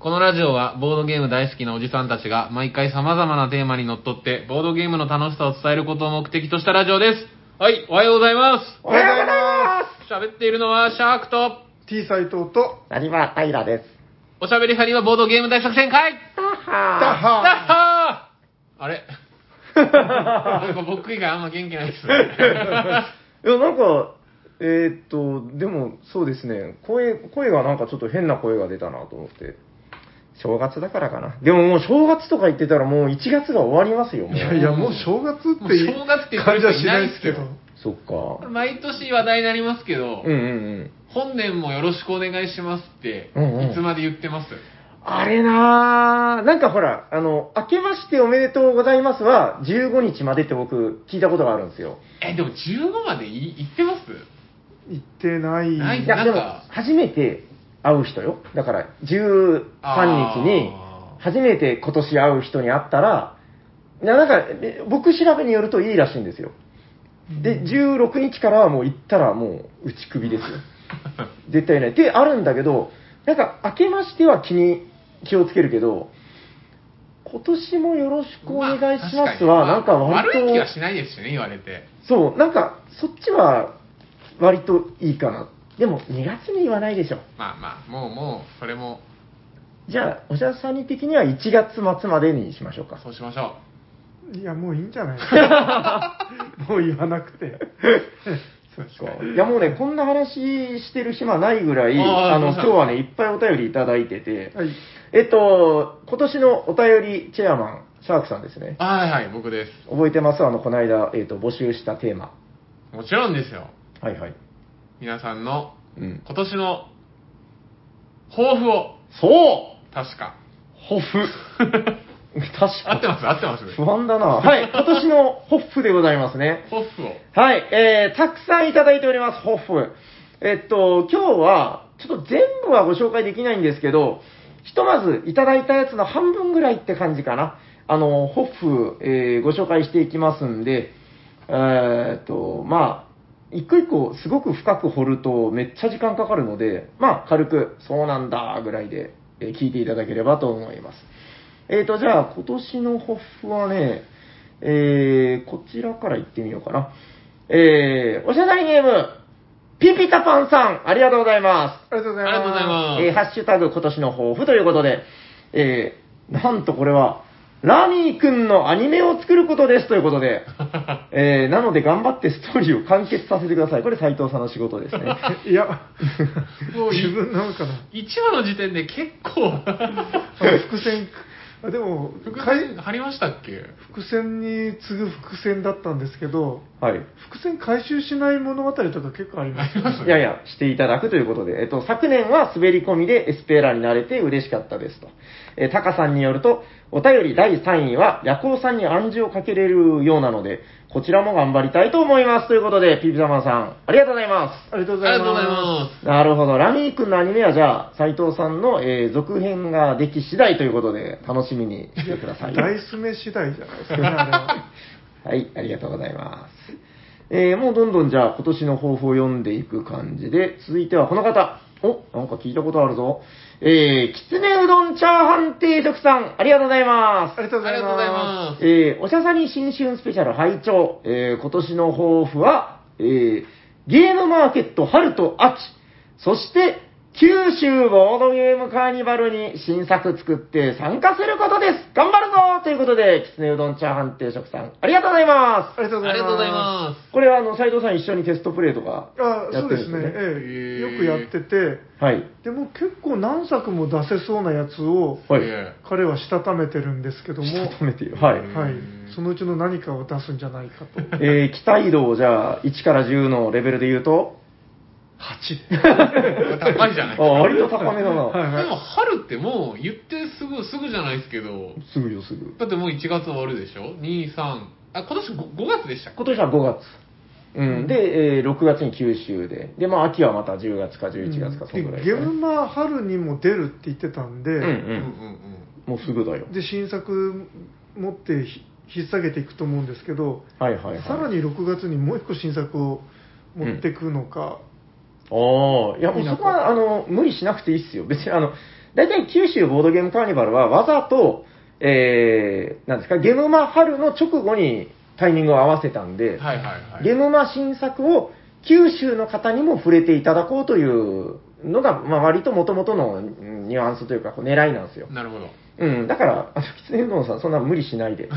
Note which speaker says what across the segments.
Speaker 1: このラジオはボードゲーム大好きなおじさんたちが毎回様々なテーマにのっとってボードゲームの楽しさを伝えることを目的としたラジオです。はい、おはようございま。
Speaker 2: おはようございます
Speaker 1: 喋っているのはシャークと、
Speaker 2: す !T 斎藤と、
Speaker 3: す。成場平です。
Speaker 1: おしゃべりハリはボードゲーム大作戦会
Speaker 3: タ
Speaker 2: ダ
Speaker 3: ハ
Speaker 1: だっ
Speaker 2: ハ
Speaker 1: はーあれなんか僕以外あんま元気ないです ね。
Speaker 3: ーいや、なんか、えーっと、でも、そうですね、声、声がなんかちょっと変な声が出たなと思って。正月だからかな。でももう正月とか言ってたらもう1月が終わりますよ、もう。
Speaker 2: いやいや、もう正月ってい
Speaker 1: もう正月って言
Speaker 2: う
Speaker 1: って
Speaker 2: 感
Speaker 1: る人
Speaker 2: じはいし
Speaker 1: な
Speaker 2: ない
Speaker 1: で
Speaker 2: いですす
Speaker 1: け
Speaker 2: け
Speaker 1: ど
Speaker 2: ど。
Speaker 3: そっか。
Speaker 1: 毎年話題になりますけど、
Speaker 3: うんうんうん。
Speaker 1: 本年もよろしくお願いしますって、
Speaker 3: うんうん
Speaker 1: いつまで言ってます
Speaker 3: あれなぁ、なんかほら、あの、明けましておめでとうございますは、15日までって僕、聞いたことがあるんですよ。
Speaker 1: え、でも15までい言ってます
Speaker 2: 行ってない。
Speaker 1: ない
Speaker 3: いや、
Speaker 1: なん
Speaker 3: で
Speaker 1: か
Speaker 3: も、初めて会う人よ。だから、13日に
Speaker 1: あ、ー
Speaker 3: 初めて今年会う人に会ったら、いやなんか、で僕調べによるといいらしいんですよ。で、16日からはもう行ったらもう打ち 首ですよ。絶対ない。で、あるんだけど、なんか、明けましては気に、気をつけるけど、今年もよろしくお願いしますは、
Speaker 1: ま
Speaker 3: な
Speaker 1: あ
Speaker 3: んか割
Speaker 1: 確
Speaker 3: と、
Speaker 1: にまあ悪い気はしないですよね、言われて。
Speaker 3: そう、なんか、そっちは、割といいかな。でも、2月に言わないでしょ。
Speaker 1: まあまあ、もうもう、それも、
Speaker 3: じゃあ、おじゃさんに的には1月末までにしましょうか。
Speaker 1: そうしましょ
Speaker 2: いや、もういいんじゃないですか。もう言わなくて。そうですか。
Speaker 3: いやもうね、こんな話してる暇ないぐらい、
Speaker 1: あー
Speaker 3: あの、
Speaker 1: そ
Speaker 3: 今
Speaker 1: う
Speaker 3: 日
Speaker 1: そう
Speaker 3: はね、いっぱいお便りいただいてて、
Speaker 2: はい。
Speaker 3: えっと、今年のお便りチェアマン、シャークさんですね
Speaker 1: う。。はいはい、僕です。
Speaker 3: 覚えてますあの、この間、えっと、募集したテーマ。
Speaker 1: もちろんですよ。
Speaker 3: はいはい。
Speaker 1: 皆さんの
Speaker 3: うん。
Speaker 1: 今年の抱負を、
Speaker 3: そう
Speaker 1: 確か。
Speaker 3: ホフ。 確
Speaker 1: 合って
Speaker 3: か。
Speaker 1: ます、合って ます。
Speaker 3: 不安だな。はい、今年のホフでございますね。
Speaker 1: 抱負を。
Speaker 3: はい、えー、たくさんいただいております、ホッフ。えっと、今日は、ちょっと全部はご紹介できないんですけど、ひとまずいただいたやつの半分ぐらいって感じかな。あの、ホッフ、えーご紹介していきますんで、えーっと、まあ、一個一個すごく深く掘るとめっちゃ時間かかるので、まあ、軽く、そうなんだ、ぐらいで、えー聞いていただければと思います。えーと、じゃあ、今年の抱負はね、えー、こちらから行ってみようかな。えー、おしゃべりゲーム、ピピタパンさん、ありがとうございます。
Speaker 2: ありがとうございま
Speaker 1: あり
Speaker 2: す。
Speaker 1: がとうございます
Speaker 3: えー、ハッシュタグ今年の抱負ということで、えー、なんとこれは、ラミーくんのアニメを作ることですということで、えー、なので頑張ってストーリーを完結させてください。これ斉藤さんの仕事です ね。
Speaker 2: いや、
Speaker 1: もうい
Speaker 2: 自分なのかな。
Speaker 1: 1話の時点で結 構、
Speaker 2: あの伏線、あでも、
Speaker 1: 伏
Speaker 2: か
Speaker 1: 線
Speaker 2: い
Speaker 1: 貼りましたっけ
Speaker 2: 伏線に次ぐ伏線だったんですけど、
Speaker 3: はい。
Speaker 2: 伏線回収しない物語とか結構ありますよね。
Speaker 3: いやいや、していただくということで、えっと、昨年は滑り込みでエスペーラになれて嬉しかったですと。えー、タカさんによると、お便り第3位は、夜行さんに暗示をかけれるようなので、こちらも頑張りたいと思います。ということで、ピピタマンさん、ありがとうございま。
Speaker 2: ありがとう
Speaker 1: あ
Speaker 2: ご
Speaker 1: り
Speaker 2: ざ
Speaker 1: が
Speaker 2: い
Speaker 1: とうござい
Speaker 2: ま
Speaker 1: ます
Speaker 3: なるほど。ラミー君のアニメは、じゃあ、斎藤さんの、えー続編ができ次第ということで、楽しみにしてください。
Speaker 2: す。ダイス目次第じゃないですかね、あれは。
Speaker 3: はい、ありがとうございます。えー、もうどんどんじゃあ今年の抱負を読んでいく感じで、続いてはこの方。お、なんか聞いたことあるぞ。えー、きつねうどんチャーハン定食さん、ありがとうございます
Speaker 2: あ。りがとう
Speaker 1: す。
Speaker 2: ご
Speaker 1: あ
Speaker 2: ざ
Speaker 1: り
Speaker 2: い
Speaker 1: がとうござい
Speaker 2: ま
Speaker 1: ます。
Speaker 3: えー、おしゃさに新春スペシャル拝聴。えー、今年の抱負は、えー、ゲームマーケット春と秋、そして、九州ボードゲームカーニバルに新作作って参加することです。頑張るぞということで、きつねうどんチャーハン定食さん、ありがとうございます
Speaker 2: す。。ありがとうご
Speaker 1: あ
Speaker 2: ざ
Speaker 1: り
Speaker 2: い
Speaker 1: がと
Speaker 2: ます。
Speaker 1: うございま
Speaker 3: これはあの斉藤さん一緒にテストプレイとか
Speaker 2: あ
Speaker 3: や
Speaker 2: そう
Speaker 3: って
Speaker 2: で
Speaker 3: る
Speaker 2: す
Speaker 3: ん
Speaker 2: ね、
Speaker 3: ですよね。
Speaker 2: ええ
Speaker 1: へえ
Speaker 2: よくやってて、
Speaker 3: はい。
Speaker 2: でも結構何作も出せそうなやつを、
Speaker 1: す。
Speaker 3: はい。
Speaker 1: え
Speaker 2: 彼はしたためてるんですけども、
Speaker 3: 止めている。はい。
Speaker 2: はい、そのうちの何かを出すんじゃないかと、8
Speaker 3: えー、期待度をじゃあ1から10のレベルで言うと、
Speaker 2: で、
Speaker 1: え高いじゃ ない
Speaker 3: あ割と高めだ
Speaker 2: は
Speaker 3: な。
Speaker 2: い
Speaker 1: でも春ってもう言ってすぐ、すぐじゃないですけど、
Speaker 3: すぐよ、すぐ。
Speaker 1: だってもう1月終わるでしょ ?2、3。あ、今年 5, 月でしたっけ
Speaker 3: 今年は5月。うん。で、えー6月に九州で。で、まあ、秋はまた10月か11月か、そのぐらい
Speaker 2: ゲ
Speaker 3: で
Speaker 2: ー
Speaker 3: すね
Speaker 2: ムマ春にも出るって言ってたんで、
Speaker 3: うんう
Speaker 1: うんうん
Speaker 3: ん。もうすぐだよ。
Speaker 2: で新作持ってひ引っ提げていくと思うんですけど、
Speaker 3: はいはいはい。
Speaker 2: さらに6月にもう一個新作を持っていくのか、
Speaker 3: ああ、いや、もうそこは、あの、無理しなくていいっすよ。別に、あの、大体九州ボードゲームカーニバルは、わざと、えー、なんですか、ゲムマ春の直後にタイミングを合わせたんで、
Speaker 1: はいはいはい。
Speaker 3: ゲムマ新作を九州の方にも触れていただこうというのが、まあ、割と元々のうんニュアンスというか、こう狙いなんですよ。
Speaker 1: なるほど。
Speaker 3: うん、だから、あの、きつねうどんさん、そんな無理しないで。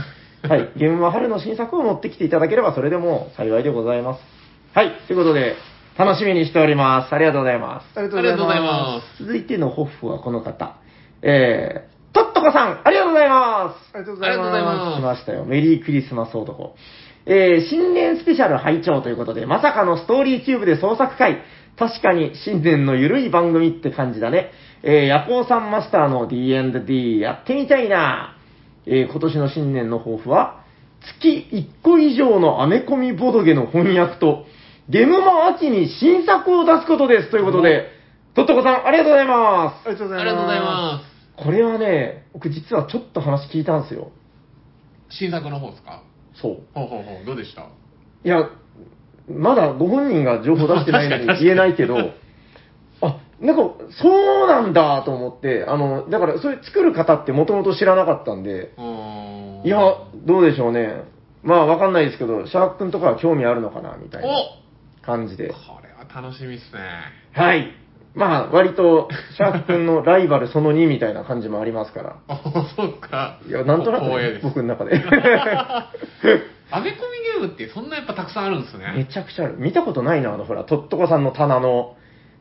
Speaker 3: はい、ゲームは春の新作を持ってきていただければ、それでも幸いでございます。はい、ということで、楽しみにしております。ありがとうございます。
Speaker 2: ありがと
Speaker 1: あ
Speaker 2: うご
Speaker 1: り
Speaker 2: ざ
Speaker 1: が
Speaker 2: い
Speaker 1: とうござい
Speaker 2: ま
Speaker 1: ま
Speaker 3: 続いてのホッフはこの方。えー、とっとこさん、ありがとうございます。
Speaker 2: す。ありがとうご
Speaker 1: あ
Speaker 2: ざ
Speaker 1: り
Speaker 2: い
Speaker 1: がとう
Speaker 2: ま。
Speaker 1: ござい
Speaker 3: 来
Speaker 1: ま
Speaker 3: ましたよ。メリークリスマス男。えー、新年スペシャル拝聴ということで、まさかのストーリーキューブで創作会。確かに新年のゆるい番組って感じだね。えー、夜行さんマスターの D&D やってみたいな。えー、今年の新年の抱負は、月1個以上のアメコミボドゲの翻訳と、ゲムマ秋に新作を出すことです。ということで、とっとこさん、ありがとうございます
Speaker 2: ありがとうご
Speaker 1: す。あ
Speaker 2: ざいます。
Speaker 1: りがとうございます。
Speaker 3: す。これはね、僕実はちょっと話聞いたんですよ。
Speaker 1: 新作の方ですか
Speaker 3: そう。
Speaker 1: ほうほうほう、どうでした
Speaker 3: いや、まだご本人が情報出してないの
Speaker 1: 確か
Speaker 3: で
Speaker 1: に
Speaker 3: 言えないけど、あ、なんか、そうなんだと思って、あの、だから、それ作る方ってもともと知らなかったんで、
Speaker 1: うーん
Speaker 3: いや、どうでしょうね。まあ、わかんないですけど、シャーク君とかは興味あるのかな、み
Speaker 1: お
Speaker 3: たいな感じで。
Speaker 1: これは楽しみっすね。
Speaker 3: はい。まあ、割と、シャーク君のライバルその2みたいな感じもありますから。
Speaker 1: あ、そうか。
Speaker 3: いや、なんとなくね、
Speaker 1: 光栄です。
Speaker 3: 僕の中で。
Speaker 1: アメコミゲームってそんなやっぱたくさんあるんです
Speaker 3: め
Speaker 1: ね。
Speaker 3: ちゃくちゃある。見たことないな、あの、ほら、とっとこさんの棚の、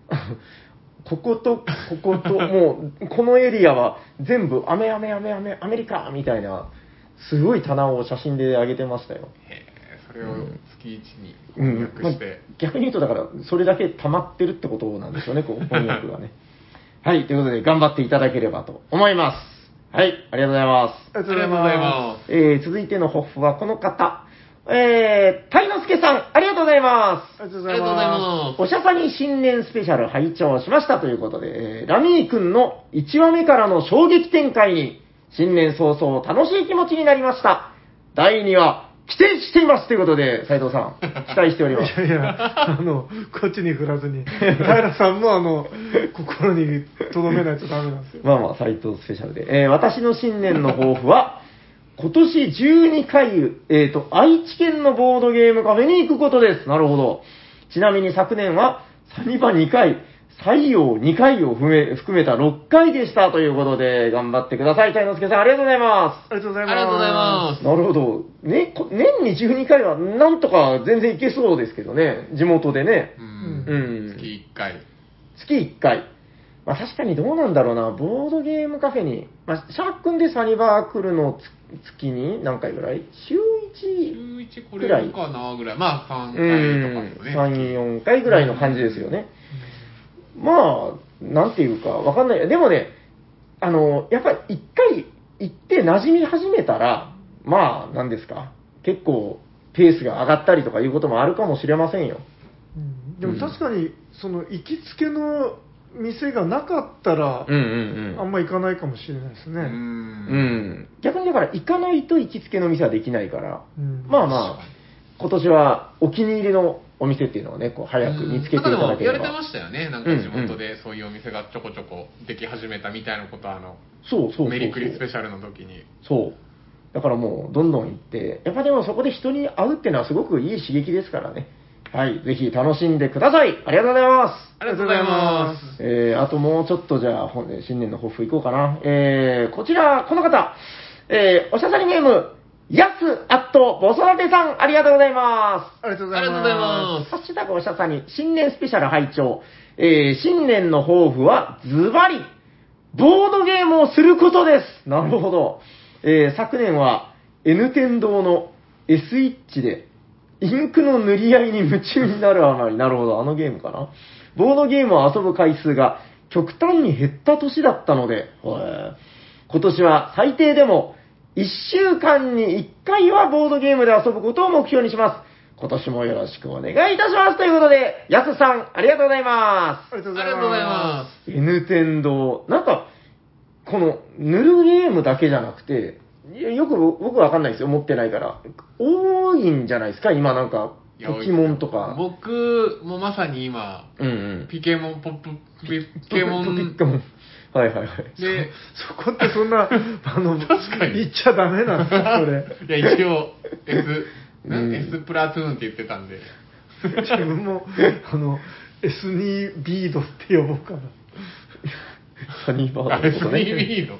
Speaker 3: ここと、ここと、もう、このエリアは全部、アメアメアメアメ、アメリカみたいな、すごい棚を写真で上げてましたよ。
Speaker 1: へえ、それを月一に
Speaker 3: うん
Speaker 1: 翻訳して。
Speaker 3: まあ逆に言うと、だから、それだけ溜まってるってことなんでしょうね、こう、翻訳がね。 はい、ということで、頑張っていただければと思います。はい、ありがとうございます。
Speaker 2: あ
Speaker 1: ありがとうございます。
Speaker 3: えー、続いてのホップはこの方。えー、たいのすけさん、ありがとうございます。
Speaker 2: す。ありがと
Speaker 1: あ
Speaker 2: うござ
Speaker 1: りが
Speaker 2: い
Speaker 1: とうござい
Speaker 2: ま。
Speaker 1: ます。
Speaker 3: おしゃさに新年スペシャル拝聴しましたということで、えーラミー君の1話目からの衝撃展開に、新年早々楽しい気持ちになりました。第2話、期待していますということで、斉藤さん、期待しております
Speaker 2: いやいや、あの、こっちに振らずに、平さんも、あの、心に留めないとダメなんですよ。
Speaker 3: まあまあ、斉藤スペシャルで。えー私の新年の抱負は、今年12回、えっ、と、愛知県のボードゲームカフェに行くことです。なるほど。ちなみに昨年は、サニバ2回、採用2回を含め含めた6回でしたということで、頑張ってください。たいのすけさん、ありがとうございま。
Speaker 2: ありがとうござ
Speaker 1: あ
Speaker 2: い
Speaker 1: り
Speaker 2: ます。
Speaker 1: がとうございます
Speaker 3: なるほど。ね、こ年に12回は、なんとか全然行けそうですけどね。地元でね
Speaker 1: す。う。
Speaker 3: うん
Speaker 1: ん。月1回。
Speaker 3: 月1回。まあ確かにどうなんだろうな、ボードゲームカフェに、まあ、シャーク君でサニバー来るのつ月に何回ぐらい週1、
Speaker 1: 週一これやるかなぐらい。まあ、3
Speaker 3: う
Speaker 1: 回
Speaker 3: ん
Speaker 1: と、かですね。
Speaker 3: 3、4回ぐらいの感じですよね。まあ、なんていうか、わかんない。でもね、あの、やっぱり1回行って馴染み始めたら、まあ、なんですか、結構ペースが上がったりとかいうこともあるかもしれませんよ。
Speaker 2: うんでも確かに、その、行きつけの店がなかったら
Speaker 3: うん、うんうん。
Speaker 2: あんま行かないかもしれないです
Speaker 1: う
Speaker 2: ね。
Speaker 1: ん。
Speaker 3: うん、逆にだから行かないと行きつけの店はできないから、
Speaker 2: うん
Speaker 3: まあまあ、今年はお気に入りのお店っていうのをね、こう早く見つけていた
Speaker 1: うんなんかでも
Speaker 3: だけ
Speaker 1: 言わ
Speaker 3: れ
Speaker 1: れて
Speaker 3: ば
Speaker 1: ま。したよね。なんか地元でそういうお店がちょこちょこでき始めたみたいなことは、あの、
Speaker 3: そうそうそうそう。
Speaker 1: メリクリスペシャルの時に。
Speaker 3: そう。だからもう、どんどん行って、やっぱでもそこで人に会うっていうのはすごくいい刺激ですからね。はい、ぜひ楽しんでください。ありがとうございます。
Speaker 1: ありがとうございます。
Speaker 3: えー、あともうちょっとじゃあ、本年新年の抱負いこうかな。えー、こちら、この方、えー、おしゃさりゲーム、やすアットボソラテさん、ありがとうございます。
Speaker 2: ありがとうご
Speaker 1: あ
Speaker 2: ざ
Speaker 1: りが
Speaker 2: い
Speaker 1: とうござい
Speaker 2: ま
Speaker 1: ます。
Speaker 3: ハッシュタグおしゃさに、新年スペシャル拝聴えー、新年の抱負は、ズバリ、ボードゲームをすることです。なるほど。えー、昨年は、N 天堂の S イッチで、インクの塗り合いに夢中になるあまり、なるほど、あのゲームかな。ボードゲームを遊ぶ回数が極端に減った年だったので、へー今年は最低でも1週間に1回はボードゲームで遊ぶことを目標にします。今年もよろしくお願いいたします。ということで、やすさん、ありがとうございます。
Speaker 2: す。ありがと
Speaker 1: あ
Speaker 2: う
Speaker 1: り
Speaker 2: ござ
Speaker 1: が
Speaker 2: いま
Speaker 1: と
Speaker 2: す。
Speaker 1: うございます。
Speaker 3: N 天堂。なんか、この、塗るゲームだけじゃなくて、いやよく僕僕わかんないですよ。持ってないから。多いんじゃないですか今なんか、
Speaker 1: いや
Speaker 3: ポケモンとか
Speaker 1: 僕もまさに今、
Speaker 3: うんうん。
Speaker 1: ピケモン、ポップ、ピケモ
Speaker 3: ポ
Speaker 1: ン
Speaker 3: ケモン。はいはいはい。
Speaker 1: で、
Speaker 2: そこってそんな、あの、
Speaker 1: 確かに
Speaker 2: 言っちゃダメなんですよ、
Speaker 1: いや、一応、S、な
Speaker 3: うん
Speaker 1: S プラトゥーンって言ってたんで。
Speaker 2: そ れ。自分も、あの、S2 ビードって呼ぼうかな。
Speaker 3: サニーバ
Speaker 1: あ、
Speaker 3: ードのこと ね。
Speaker 1: SBB の。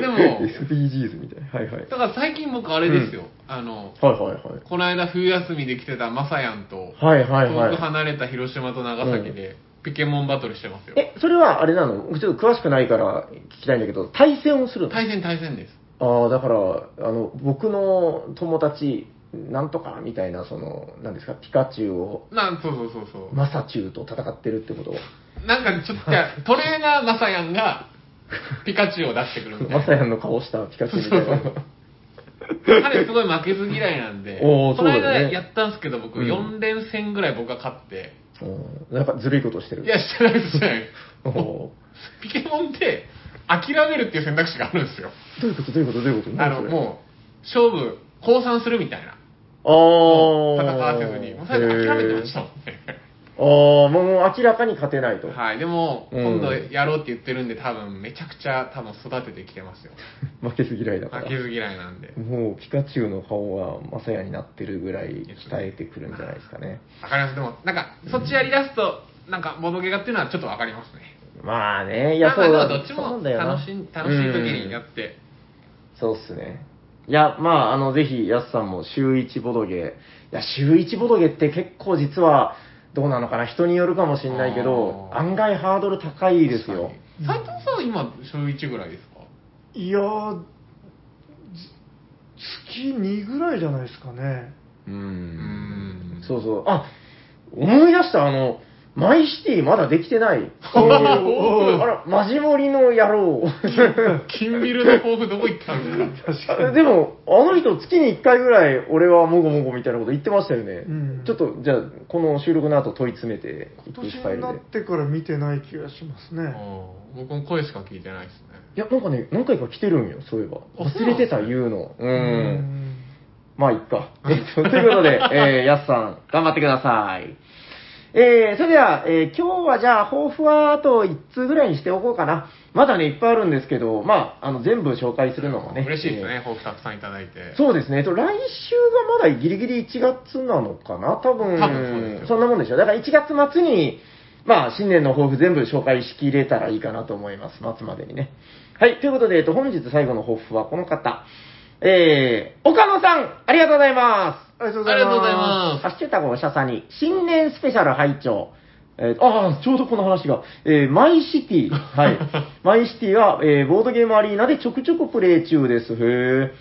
Speaker 1: で も、
Speaker 3: SDGs みたいな。はいはい。はい
Speaker 1: だから最近僕あれですよ、あの、
Speaker 3: はいはい。
Speaker 1: この間冬休みで来てたマサヤンと、
Speaker 3: はいはい
Speaker 1: 遠く
Speaker 3: はい。
Speaker 1: 離れた広島と長崎で、ピケモンバトルしてますよ。
Speaker 3: え、それはあれなの僕ちょっと詳しくないから聞きたいんだけど、対戦をするの
Speaker 1: 対戦対戦です。
Speaker 3: ああ、だから、あの、僕の友達、なんとかみたいな、その、なんですか、ピカチュウを、
Speaker 1: なん、そうそうそうそう。
Speaker 3: マサチュウと戦ってるってこと。
Speaker 1: なんかちょっと、いやトレーナーマサヤンが、ピカチュウを出してくるみたい
Speaker 3: マサ
Speaker 1: な。
Speaker 3: ヤンの顔したピカチュウみたい
Speaker 1: そうそう
Speaker 3: な。
Speaker 1: 彼すごい負けず嫌いなんで、
Speaker 3: おー
Speaker 1: この
Speaker 3: そうだ
Speaker 1: 間
Speaker 3: よね
Speaker 1: やったんですけど、僕
Speaker 3: うん
Speaker 1: 4連戦ぐらい僕が勝って、
Speaker 3: うんなんかずるいことしてる。
Speaker 1: いや、してないです、してないです。
Speaker 3: おー
Speaker 1: ピケモンって、諦めるっていう選択肢があるんですよ。
Speaker 3: どういうことどういうことどういうこと
Speaker 1: あの、もう、勝負、降参するみたいな。
Speaker 3: う、あ
Speaker 1: 戦
Speaker 3: あ。
Speaker 1: わせずに。もう最後諦めてましたもん
Speaker 3: ああ、もうもう明らかに勝てないと。
Speaker 1: ね。はい。でも、
Speaker 3: うん
Speaker 1: 今度やろうって言ってるんで、多分、めちゃくちゃ、多分育ててきてますよ。
Speaker 3: 負けず嫌いだから。
Speaker 1: 負けず嫌いなんで。
Speaker 3: もうピカチュウの顔はマサヤになってるぐらい鍛えてくるんじゃないですかね。
Speaker 1: わかります。でも、なんか、そっちやりだすと、なんか、ボドゲがっていうのはちょっとわかりますね。
Speaker 3: まあね、いや、
Speaker 1: ま
Speaker 3: そ
Speaker 1: あ
Speaker 3: う
Speaker 1: まあ
Speaker 3: だ、
Speaker 1: でもどっち
Speaker 3: そうな
Speaker 1: も
Speaker 3: んだよな
Speaker 1: 楽しい、楽しい時にやって、
Speaker 3: そうっすね。いや、まあ、あの、ぜひ、やすさんも週一ボドゲー。いや、週一ボドゲって結構実は、どうなのかな、人によるかもしれないけど、
Speaker 1: あー
Speaker 3: 案外ハードル高いですよ。
Speaker 1: 斉藤さんは今、小一ぐらいですか
Speaker 2: いやー、じ月2ぐらいじゃないですかね。
Speaker 3: う。
Speaker 1: うんん
Speaker 3: そうそう。あ、思い出した、あの、マイシティまだでき てない。
Speaker 2: おー
Speaker 3: あら、マジモリの野郎。
Speaker 1: 金ビルの抱負どこ行ったんですか
Speaker 2: 確か
Speaker 3: あでも、あの人、月に1回ぐらい、俺はもごもごみたいなこと言ってましたよね。
Speaker 2: うん
Speaker 3: ちょっと、じゃあ、この収録の後問い詰めて、
Speaker 2: に。
Speaker 3: 一
Speaker 2: 今
Speaker 3: 気にフ
Speaker 2: 年
Speaker 3: ァイル
Speaker 2: に
Speaker 3: で
Speaker 2: な。ってから見てない気がします
Speaker 1: あ
Speaker 2: ね。
Speaker 1: ー僕も声しか聞いてないですね。
Speaker 3: いや、なんかね、何回か来てるんよ、そういえば。
Speaker 1: あそう
Speaker 3: 忘
Speaker 1: な
Speaker 3: れ
Speaker 1: んで
Speaker 3: て
Speaker 1: すか
Speaker 3: た、言うの。
Speaker 2: う
Speaker 3: う。
Speaker 2: んん
Speaker 3: まあ、いっか。えっとということで、えー、やすさん、頑張ってください。えー、それでは、えー、今日はじゃあ、抱負はあと1通ぐらいにしておこうかな。まだね、いっぱいあるんですけど、まあ、あの、全部紹介するのもね。
Speaker 1: 嬉しいです
Speaker 3: えー
Speaker 1: ね、抱負たくさんいただいて。
Speaker 3: そうですね、えっと、来週がまだギリギリ1月なのかな、多分
Speaker 1: 多分そうですよ
Speaker 3: そんなもんでしょう、だから1月末に、まあ、新年の抱負全部紹介しきれたらいいかなと思います、末までにね。はい、ということで、えっと、本日最後の抱負はこの方、えー、岡野さん、ありがとうございます。
Speaker 2: ありがとうご
Speaker 1: あり
Speaker 2: ざい
Speaker 1: がとうござい
Speaker 2: ま。
Speaker 1: ます
Speaker 3: ハ。ッシュタグおしゃさに、新年スペシャル拝聴。えーああ、ちょうどこの話が。えーマイシテ ィ。はい。マイシティは、えーボードゲームアリーナでちょくちょくプレイ中です。へえ。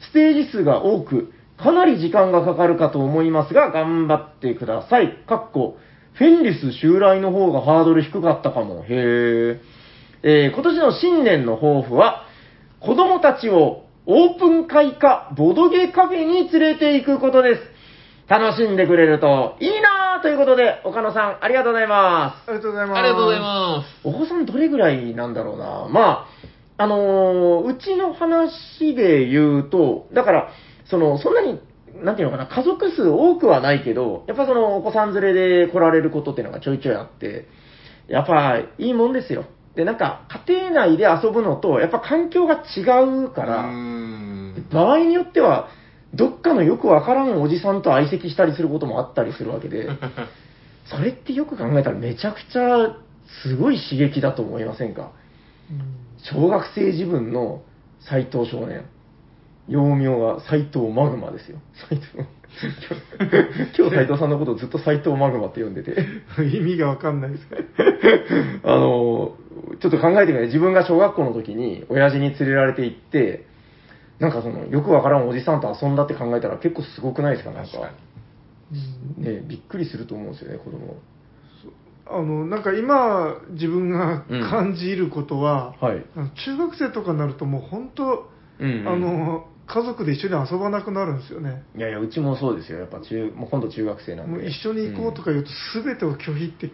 Speaker 3: ステージ数が多く、かなり時間がかかるかと思いますが、頑張ってください。かっこ、フェンリス襲来の方がハードル低かったかも。へえ。えー今年の新年の抱負は、子供たちをオープン会かボドゲカフェに連れて行くことです。楽しんでくれるといいなぁということで、岡野さん、ありがとうございます。
Speaker 2: ありがとうございます。
Speaker 1: ありがとうございます
Speaker 3: お子さんどれぐらいなんだろうなまあ、あのーうちの話で言うと、だから、その、そんなに、なんていうのかな、家族数多くはないけど、やっぱその、お子さん連れで来られることっていうのがちょいちょいあって、やっぱ、いいもんですよ。で、なんか、家庭内で遊ぶのと、やっぱ環境が違う
Speaker 1: す。
Speaker 3: から、
Speaker 1: うーん
Speaker 3: 場合によっては、どっかのよくわからんおじさんと相席したりすることもあったりするわ けで、それってよく考えたらめちゃくちゃすごい刺激だと思いませんか
Speaker 2: うん
Speaker 3: 小学生自分の斎藤少年。幼名が斎藤マグマですよ。斎藤。今日斎藤さんのことをずっと斎藤マグマって呼んでて。
Speaker 2: 意味がわかんないですけど。
Speaker 3: あの、ちょっと考えてみて、自分が小学校の時に親父に連れられて行って、なんかその、よくわからんおじさんと遊んだって考えたら結構すごくないですか、なんか。
Speaker 1: 確か
Speaker 2: うん
Speaker 3: ね、びっくりすると思うんですよね、子供。
Speaker 2: あのなんか今自分が
Speaker 3: うん
Speaker 2: 感じることは、
Speaker 3: はい。
Speaker 2: あの中学生とかになるともう本当、
Speaker 3: うん、うん。
Speaker 2: あの家族で一緒に遊ばなくなるんですよね
Speaker 3: いやいや、うちもそうですよ。やっぱ中、もう今度中学生なんで。
Speaker 2: もう一緒に行こうと
Speaker 3: か。
Speaker 2: か言うと全てを拒否って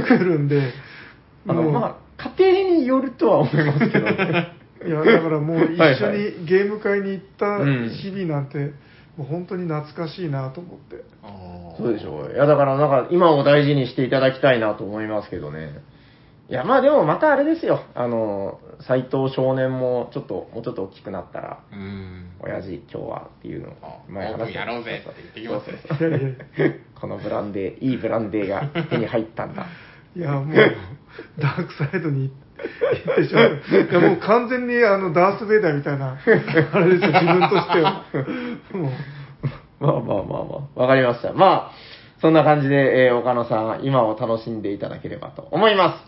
Speaker 2: くるんで
Speaker 3: あの、
Speaker 2: もう
Speaker 3: まあ、家庭によるとは思いますけど。
Speaker 2: いやだからもう一緒
Speaker 3: はいは
Speaker 2: にゲーム会に行った
Speaker 3: うん
Speaker 2: 日々なんて、もう本当に懐かしいなと思って。
Speaker 1: あー
Speaker 3: そうでしょう。いや、だからなんか、今を大事にしていただきたいなと思いますけどね。いや、まあでもまたあれですよ。あの、斎藤少年も、ちょっと、もうちょっと大きくなったら、
Speaker 1: うーん。
Speaker 3: 親父、今日はっていうの
Speaker 1: あ
Speaker 3: 前話し
Speaker 1: オ
Speaker 3: た
Speaker 1: ープンやろうぜって言ってきますね
Speaker 3: そうそうそう このブランデー、いいブランデーが手に入ったんだ。
Speaker 2: いや、もう、ダークサイドに行ってしまう。いや、もう完全にあの、ダース・ベイダーみたいな、あれですよ、自分としては。もう、
Speaker 3: まあまあまあまあ、わかりました。まあ、そんな感じで、えー岡野さん、今を楽しんでいただければと思います。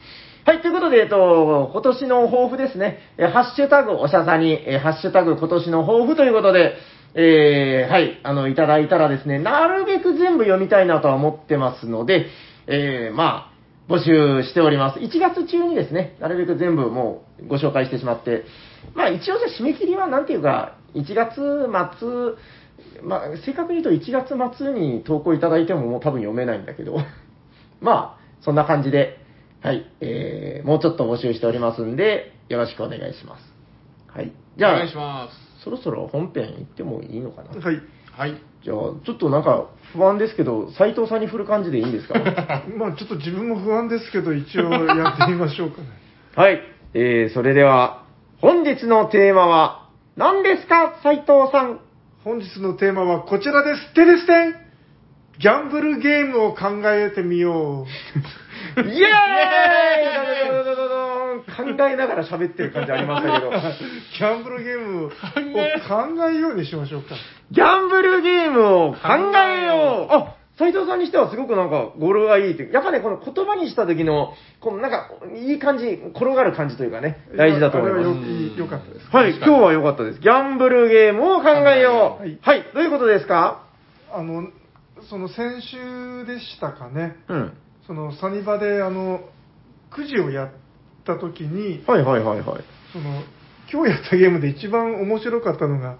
Speaker 3: はい、ということで、えっと、今年の抱負ですね、えーハッシュタグおしゃさに、えーハッシュタグ今年の抱負ということで、えーはい、あの、いただいたらですね、なるべく全部読みたいなとは思ってますので、えーまあ、募集しております。1月中にですね、なるべく全部もうご紹介してしまって、まあ一応じゃあ締め切りはなんていうか、1月末、まあ正確に言うと1月末に投稿いただいてももう多分読めないんだけど、 まあそんな感じで、はい、えー、もうちょっと募集しておりますんで、よろしくお願いします。はい。じ
Speaker 1: お
Speaker 3: ゃあ
Speaker 1: 願いし、ます。
Speaker 3: そろそろ本編行ってもいいのかなじゃあ、
Speaker 2: はい。
Speaker 1: はい。
Speaker 3: ちょっとなんか不安ですけど、斎藤さんに振る感じでいい んですか
Speaker 2: まあ、ちょっと自分も不安ですけど、一応やってみましょうかね。
Speaker 3: はい。えー、それでは、本日のテーマは、何ですか、斉藤さん。
Speaker 2: 本日のテーマはこちらです。テレステンギャンブルゲームを考えてみよ
Speaker 3: イエーイドドドドドドン考えながら喋ってる感じありましたけど。
Speaker 2: う。ギャンブルゲームを考えようにしましょうか。
Speaker 3: ギャンブルゲームを考えようあ斉藤さんにしてはすごくなんか語呂がいいって。やっぱね、この言葉にした時の、このなんか、いい感じ、転がる感じというかね、大事だと思います
Speaker 2: あれは。よいい良かったです。
Speaker 3: はい、
Speaker 1: 確
Speaker 3: 今
Speaker 1: かに
Speaker 3: 日は良かったです。ギャンブルゲームを考えよう。
Speaker 2: 考
Speaker 3: は
Speaker 2: え
Speaker 3: い
Speaker 2: よ、
Speaker 3: どういうことですか
Speaker 2: あの、その先週でしたかね、
Speaker 3: うん。
Speaker 2: そのサニバであの、くじをやった時に、
Speaker 3: はいはいはいはい。
Speaker 2: その、今日やったゲームで一番面白かったのが、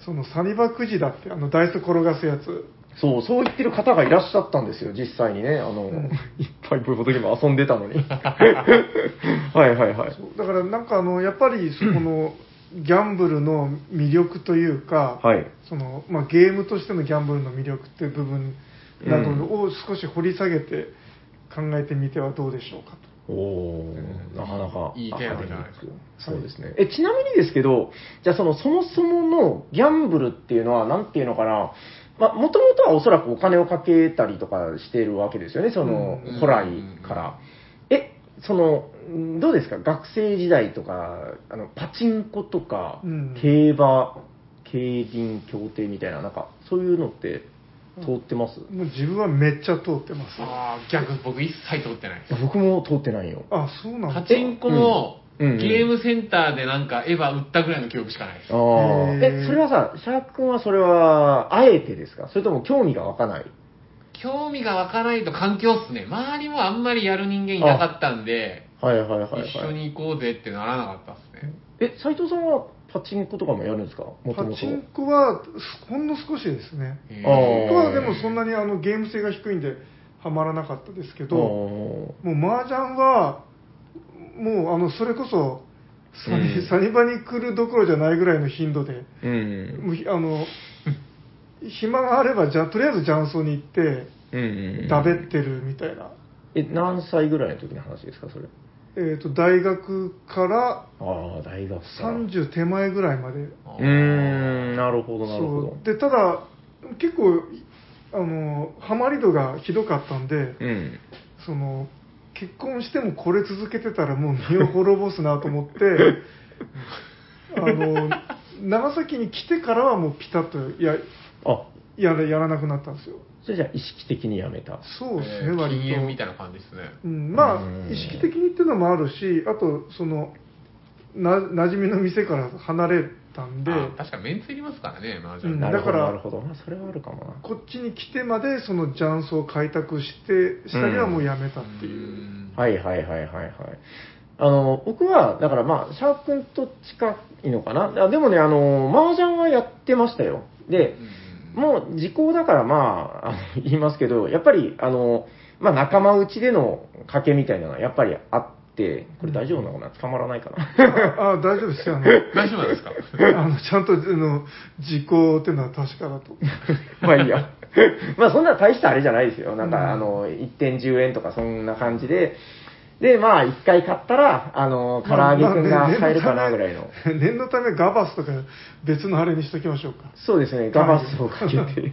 Speaker 2: そのサニバくじだって、あの、ダイス転がすやつ。
Speaker 3: そう、そう言ってる方がいらっしゃったんですよ、実際にね。あの、
Speaker 2: うん
Speaker 3: いっぱいボードゲーム遊んでた のに。はいはいはい。
Speaker 2: そうだからなんかあのやっぱりそ このギャンブルの魅力というか、
Speaker 3: はい。
Speaker 2: そのまあ、ゲームとしてのギャンブルの魅力っていう部分などを少し掘り下げて考えてみてはどうでしょうか
Speaker 3: おおなかなか。
Speaker 1: いいテーマじゃないですか
Speaker 3: そうですね。え、ちなみにですけど、じゃあその、そもそものギャンブルっていうのは、なんていうのかな、まあ、もともとはおそらくお金をかけたりとかしてるわけですよね、その
Speaker 1: うん、
Speaker 3: 古来から。え、その、んどうですか学生時代とか、あの、パチンコとか、
Speaker 2: うん
Speaker 3: 競馬、競輪、競艇みたいな、なんか、そういうのって通ってます、
Speaker 2: と。もう自分はめっちゃ通ってます。
Speaker 1: ああ、
Speaker 2: あ、
Speaker 1: 逆、僕一切通ってないです。
Speaker 3: 僕も通ってないよ。
Speaker 2: そうな
Speaker 1: パ
Speaker 2: の
Speaker 1: チンコも、
Speaker 3: うんうん
Speaker 1: ゲームセンターでなんかエヴァ売ったぐらいの記憶しかないです。
Speaker 3: ああ。
Speaker 2: へー
Speaker 3: え、それはさ、シャーク君はそれは、あえてですかそれとも興味が湧かない
Speaker 1: 興味が湧かないと環境っすね。周りもあんまりやる人間いなかったんで、
Speaker 3: はいはいはいはい。
Speaker 1: 一緒に行こうぜってならなかったっすね。
Speaker 3: え、斉藤さんはパチンコとかもやるんですかもと
Speaker 2: パ
Speaker 3: も
Speaker 2: チンコはほんの少しですね。
Speaker 1: へ
Speaker 3: あー
Speaker 2: 僕はでもそんなにあのゲーム性が低いんでハマらなかったですけど、
Speaker 3: と。
Speaker 2: もう麻雀は、もうあのそれこそサニ,、
Speaker 3: うん
Speaker 2: サニバに来るどころじゃないぐらいの頻度で、
Speaker 3: あーうん。
Speaker 2: もうひあの暇があればじゃとりあえず雀荘に行って、
Speaker 3: うん。
Speaker 2: だべってるみたいな、
Speaker 3: え、何歳ぐらいの時の話ですかそれ。
Speaker 2: えー、と大学から
Speaker 3: ああ、大学から。う
Speaker 2: 30手前ぐらいまで、
Speaker 3: ーん、なるほどなるほ
Speaker 2: そ
Speaker 3: ど。
Speaker 2: うでただ、結構あの、ハマり度がひどかったんで、
Speaker 3: うん。
Speaker 2: その結婚してもこれ続けてたらもう身を滅ぼすなと思って あの長崎に来てからはもうピタッとや
Speaker 3: あ、
Speaker 2: やらやらなくなったんですよ
Speaker 3: それじゃあ意識的にやめた。
Speaker 2: そうですね、
Speaker 1: えー
Speaker 2: 割と
Speaker 1: 禁煙みたいな感じですね。
Speaker 2: うん、ま
Speaker 3: うん
Speaker 2: あ意識的にっていうのもあるしあとそのな馴染みの店から離れたんで
Speaker 1: あ確かメンツいりますからね、麻雀。
Speaker 2: うん
Speaker 3: なるほど
Speaker 2: だから
Speaker 3: なるほど。まあ、それはあるかもな。
Speaker 2: こっちに来てまでその雀荘を開拓してしたりはもうやめたっていう、
Speaker 3: はいはいはいはいはい。あの、僕は、だからまあ、シャープ君と近いのかな。あでもね、あの、麻雀はやってましたよ。で、
Speaker 1: うん
Speaker 3: もう時効だからまあ、あの 言いますけど、やっぱり、あの、まあ仲間内での賭けみたいなのはやっぱりあって、って、これ大丈夫なのかな捕まらないかな。
Speaker 2: ああ大丈夫ですよ。あの、
Speaker 1: 大丈夫なんですか
Speaker 2: あのちゃんと、あの、時効っていうのは確かだと。
Speaker 3: まあいいや。 まあそんな大したあれじゃないですよ。なん
Speaker 2: うん
Speaker 3: か、あの、1点10円とかそんな感じで、で、まあ1回買ったら、あの、唐揚げくん
Speaker 2: まあ
Speaker 3: が
Speaker 2: まあ
Speaker 3: 買えるかなぐらいの。
Speaker 2: 念のため、念のためガバスとか別のあれにしときましょうか。
Speaker 3: そうですね、ガバスをかけて。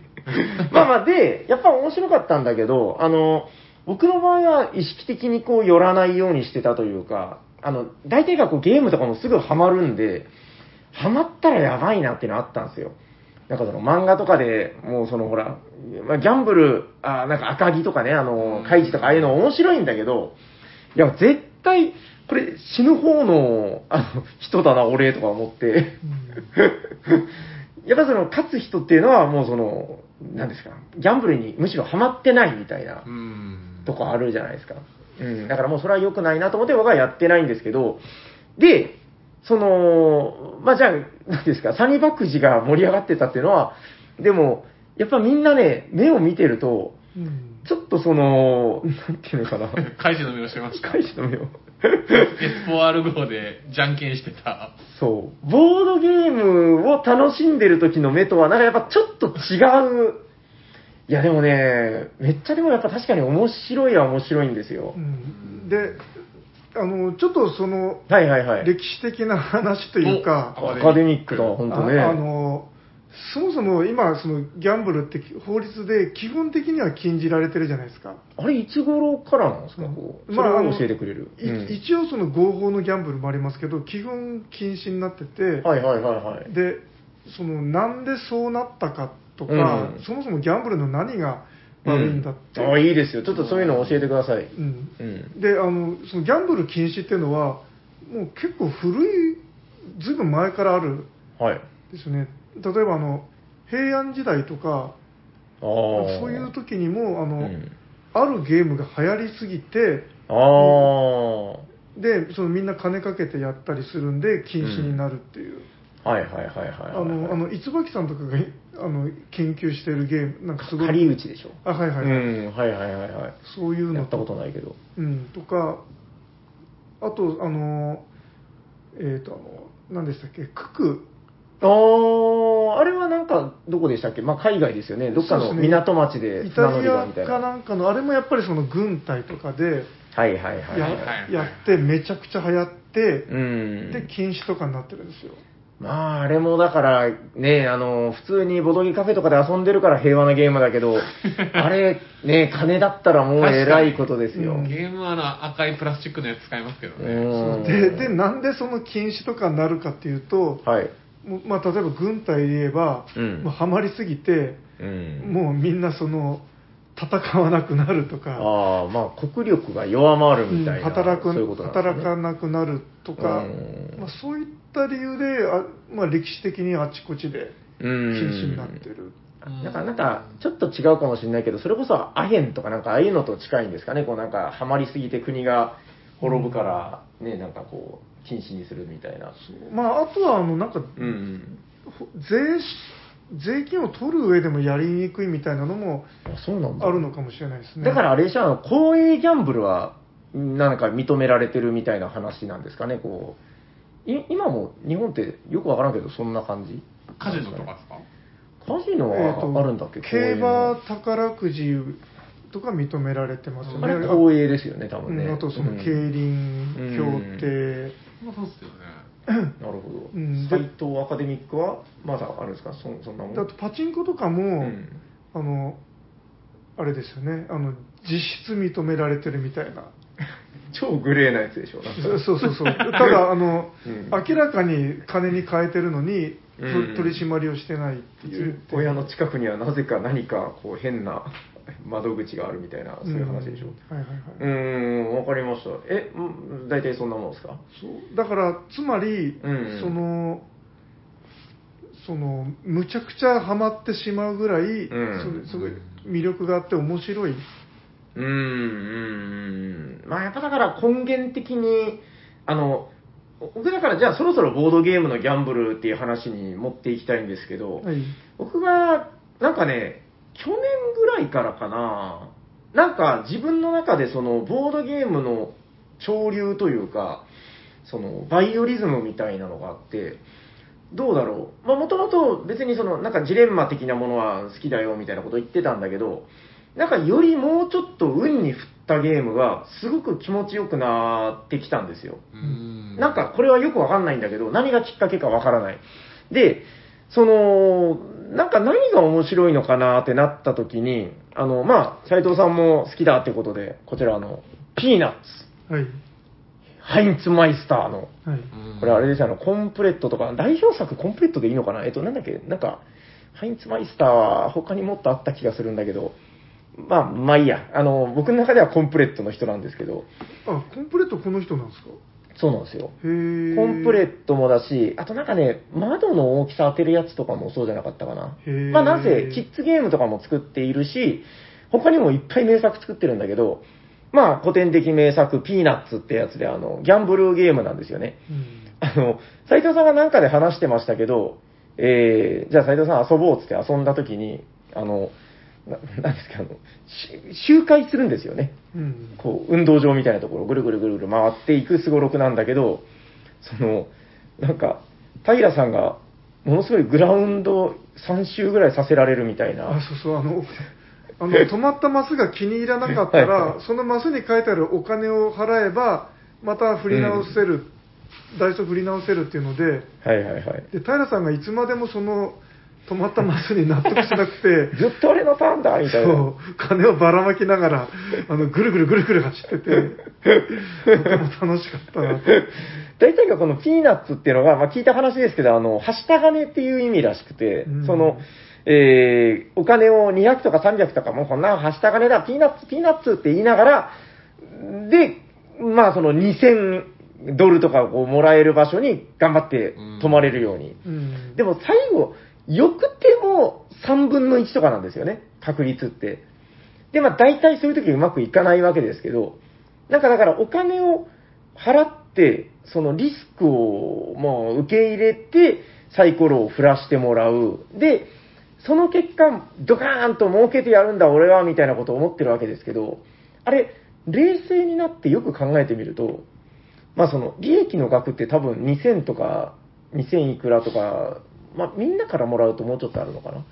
Speaker 3: まあまあ、で、やっぱ面白かったんだけど、あの、僕の場合は意識的にこう寄らないようにしてたというか、あの、大体がこうゲームとかもすぐハマるんで、ハマったらやばいなっていうのあったんですよ。なんかその漫画とかでもうそのほら、まあギャンブル、あーなんか赤城とかね、あの、カイジとかああいうの面白いんだけど、いや、絶対、これ死ぬ方の、あの、人だな、俺、とか思って。 やっぱその、勝つ人っていうのはもうその、なんですか、ギャンブルにむしろハマってないみたいな
Speaker 1: うー ん。
Speaker 3: とかあるじゃないですか。うん。だからもうそれは良くないなと思って僕はやってないんですけど、で、その、まあじゃあ、なんですか、サニーバックジが盛り上がってたっていうのは、でも、やっぱみんなね、目を見てると、
Speaker 2: うん。うん
Speaker 3: ちょっとその、なんていうのかな、
Speaker 1: 開始の目をしてました。
Speaker 3: 返しの目を。
Speaker 1: S4R 号でじゃんけんしてた。
Speaker 3: そう。ボードゲームを楽しんでる時の目とは、なんかやっぱちょっと違う。いやでもね、めっちゃでもやっぱ確かに面白いは面白いんですよ
Speaker 2: う。んで、あの、ちょっとその、
Speaker 3: はいはいはい。
Speaker 2: 歴史的な話というか、
Speaker 1: お
Speaker 3: アカデミックだ、本当ね。
Speaker 2: ああのそもそも今そのギャンブルって法律で基本的には禁じられてるじゃないですか、
Speaker 3: あれ、いつ頃からなんですか、こう。それ
Speaker 2: あ
Speaker 3: を
Speaker 2: の
Speaker 3: 教えてくれる。
Speaker 2: い
Speaker 3: うん
Speaker 2: 一応その合法のギャンブルもありますけど基本禁止になってて、
Speaker 3: はいはいはいはい。
Speaker 2: でそのなんでそうなったかとか、
Speaker 3: うん
Speaker 2: そもそもギャンブルの何が悪いんだって、
Speaker 3: うんあいいですよ。ちょっとそういうの教えてください。
Speaker 2: うん
Speaker 3: うん。
Speaker 2: であのそのギャンブル禁止っていうのはもう結構古いずいぶん前からある
Speaker 3: はい。
Speaker 2: ですよね例えばあの平安時代とか
Speaker 3: ああ。そ
Speaker 2: そういう時にもあ
Speaker 3: う
Speaker 2: の、
Speaker 3: ん
Speaker 2: あるゲームが流行りすぎて
Speaker 3: ああ。
Speaker 2: でそのみんな金かけてやったりするんで禁止になるっていう、
Speaker 3: はいはいはいはいはい。
Speaker 2: あのあの椿さんとかがあの研究してるゲームなんかすごい
Speaker 3: 狩口でしょ。
Speaker 2: あはいはい、
Speaker 3: うん、はいはいはいはい。
Speaker 2: そういう
Speaker 3: や
Speaker 2: の
Speaker 3: ったことないけど。
Speaker 2: うん、とかあとあのえっ、とあの何でしたっけクク
Speaker 3: ああ、あれはなんか、どこでしたっけまあ、海外ですよね。どっか
Speaker 2: そう
Speaker 3: の
Speaker 2: ですね
Speaker 3: 港町
Speaker 2: イ
Speaker 3: で
Speaker 2: タ
Speaker 3: 船乗り
Speaker 2: リ
Speaker 3: 場
Speaker 2: ア
Speaker 3: みたいな。
Speaker 2: かなんかのあれもやっぱりその軍隊とかで
Speaker 3: はいはい
Speaker 2: や,、
Speaker 3: はいはい。
Speaker 1: い
Speaker 2: やってめちゃくちゃ流行って、
Speaker 3: うん。
Speaker 2: で禁止とかになってるんですよ
Speaker 3: まあ、あれもだから、ね、あの、普通にボドゲカフェとかで遊んでるから平和なゲームだけ ど、あれ、ね、金だったらもうえらいことですよ。
Speaker 2: うん
Speaker 1: ゲームはあの赤いプラスチックのやつ使いますけどね。
Speaker 3: うん
Speaker 2: でで、なんでその禁止とかになるかっていうと、
Speaker 3: はい。
Speaker 2: もうまあ、例えば軍隊で言えば、
Speaker 3: うん
Speaker 2: もうハマりすぎて、
Speaker 3: うん。
Speaker 2: もうみんなその戦わなくなるとか、
Speaker 3: ああ、まあ、国力が弱まるみたいな。
Speaker 2: うん働く
Speaker 3: そういうことなんですね
Speaker 2: 働かなくなるとか、
Speaker 3: うん
Speaker 2: まあ、そういった理由で、あまあ、歴史的にあちこちで
Speaker 3: う
Speaker 2: 禁
Speaker 3: ん
Speaker 2: 止になってる。
Speaker 1: うん
Speaker 3: なんか、なんか、ちょっと違うかもしれないけど、それこそアヘンとかなんか、ああいうのと近いんですかね。こうなんか、ハマりすぎて国が滅ぶから、ね、なんかこう、禁止にするみたいな。
Speaker 2: まあ、あとはあのなんか
Speaker 3: うん。
Speaker 2: ほ税税金を取る上でもやりにくいみたいなのも
Speaker 3: あそうなんだ。
Speaker 2: あるのかもしれないですね。
Speaker 3: だからあれでしょ、あの公営ギャンブルは、なんか認められてるみたいな話なんですかね、こう。い今も日本ってよくわからんけど、そんな感じ。
Speaker 1: カジノとかですか
Speaker 3: カジノ
Speaker 2: えーと
Speaker 3: はあるんだっけ、公営
Speaker 2: 競
Speaker 3: の
Speaker 2: 馬宝くじとか認められてますよね。
Speaker 3: あれ公営ですよね、多
Speaker 2: う
Speaker 3: 分
Speaker 2: ん
Speaker 3: ね。
Speaker 2: あとその競
Speaker 3: うん
Speaker 2: 輪協定、
Speaker 1: まあそうっすよね。
Speaker 3: なるほど。
Speaker 2: うんで
Speaker 3: 斎藤アカデミックはまだあるんですかそそんなもん。
Speaker 2: あとパチンコとかも、
Speaker 3: うん
Speaker 2: あのあれですよねあの実質認められてるみたいな
Speaker 3: 超グレーなやつでしょ。なんか
Speaker 2: そうそうそう ただあの、
Speaker 3: うん
Speaker 2: 明らかに金に変えてるのに、と
Speaker 3: うん
Speaker 2: 取り締まりをしてないっていう
Speaker 3: 親の近くにはなぜか何かこう変な 窓口があるみたいな、そういう話でしょ。
Speaker 2: うんはいはいはい、
Speaker 3: うーん、わかりました。え、うん大体そんなもんですか
Speaker 2: そうだからつまり、
Speaker 3: うんうん
Speaker 2: そのそのむちゃくちゃハマってしまうぐらい、
Speaker 3: う
Speaker 2: そ
Speaker 3: ん
Speaker 2: れすごい魅力があって面白い、
Speaker 3: うーん、うーん。まあやっぱだから根源的に、あの、僕だからじゃあそろそろボードゲームのギャンブルっていう話に持っていきたいんですけど、
Speaker 2: はい
Speaker 3: 僕が、なんかね、去年ぐらいからかな、なんか自分の中でそのボードゲームの潮流というか、その、バイオリズムみたいなのがあって、どうだろう。まあ、もともと別にその、なんかジレンマ的なものは好きだよみたいなこと言ってたんだけど、なんかよりもうちょっと運に振ったゲームが、すごく気持ちよくなってきたんですよ。
Speaker 1: うん
Speaker 3: なんかこれはよくわかんないんだけど、何がきっかけかわからない。で、その、なんか何が面白いのかなってなった時に、あの、まあ、斎藤さんも好きだってことで、こちらあの、ピーナッツ、
Speaker 2: はい。
Speaker 3: ハインツマイスター
Speaker 2: は
Speaker 3: の、
Speaker 2: い。
Speaker 1: うん
Speaker 3: これあれですよあの、コンプレットとか、代表作コンプレットでいいのかなえっと、なんだっけ、なんか、ハインツマイスターは他にもっとあった気がするんだけど、まあ、まあいいや。あの、僕の中ではコンプレットの人なんですけど、
Speaker 2: あ、コンプレートこの人なんですか
Speaker 3: そうなんですよ。
Speaker 2: へー
Speaker 3: コンプレットもだし、あとなんかね、窓の大きさ当てるやつとかもそうじゃなかったかな。
Speaker 2: へー
Speaker 3: まあなぜ、キッズゲームとかも作っているし、他にもいっぱい名作作ってるんだけど、まあ古典的名作、ピーナッツってやつで、あの、ギャンブルゲームなんですよね。
Speaker 2: うん
Speaker 3: あの、斉藤さんがなんかで話してましたけど、えー、じゃあ斉藤さん遊ぼうっつって遊んだ時に、あの、ななんですか、あの、し周回するんですよね。
Speaker 2: うん。
Speaker 3: こう、運動場みたいなところをぐるぐるぐるぐる回っていくすごろくなんだけど、その、なんか、平さんが、ものすごいグラウンド3周ぐらいさせられるみたい
Speaker 2: あ
Speaker 3: な、、
Speaker 2: そうそう、あの、 あ の止まったマスが気に入らなかった
Speaker 3: はい
Speaker 2: ら
Speaker 3: は、い
Speaker 2: そのマスに書いてあるお金を払えば、また振り直せる、ダイソー振り直せるっていうので、
Speaker 3: はいはいはい。
Speaker 2: で平さんがいつまでもその止まったマスに納得しなく て、
Speaker 3: ずっと俺のターンだみたい
Speaker 2: そ
Speaker 3: な
Speaker 2: う。、金をばらまきながら、あのぐるぐるぐるぐる走 ってて、とても楽しかったなと。
Speaker 3: 大体がこのピーナッツっていうのが、まあ、聞いた話ですけど、あの、はした金っていう意味らしくて、
Speaker 2: うん
Speaker 3: その、えーお金を200とか300とか、もうこんなのはした金だ、ピーナッツ、ピーナッツって言いながら、で、まあその2000ドルとかをもらえる場所に頑張って泊まれるように。
Speaker 2: うん
Speaker 3: でも最後、よくても3分の1とかなんですよね、確率って。で、まあ大体そういう時うまくいかないわけですけど、なんかだからお金を払って、そのリスクをもう受け入れて、サイコロを振らしてもらう。で、その結果、ドカーンと儲けてやるんだ俺は、みたいなことを思ってるわけですけど、あれ、冷静になってよく考えてみると、まあその利益の額って多分2000とか2000いくらとか、まあみんなからもらうともうちょっとあるのかな。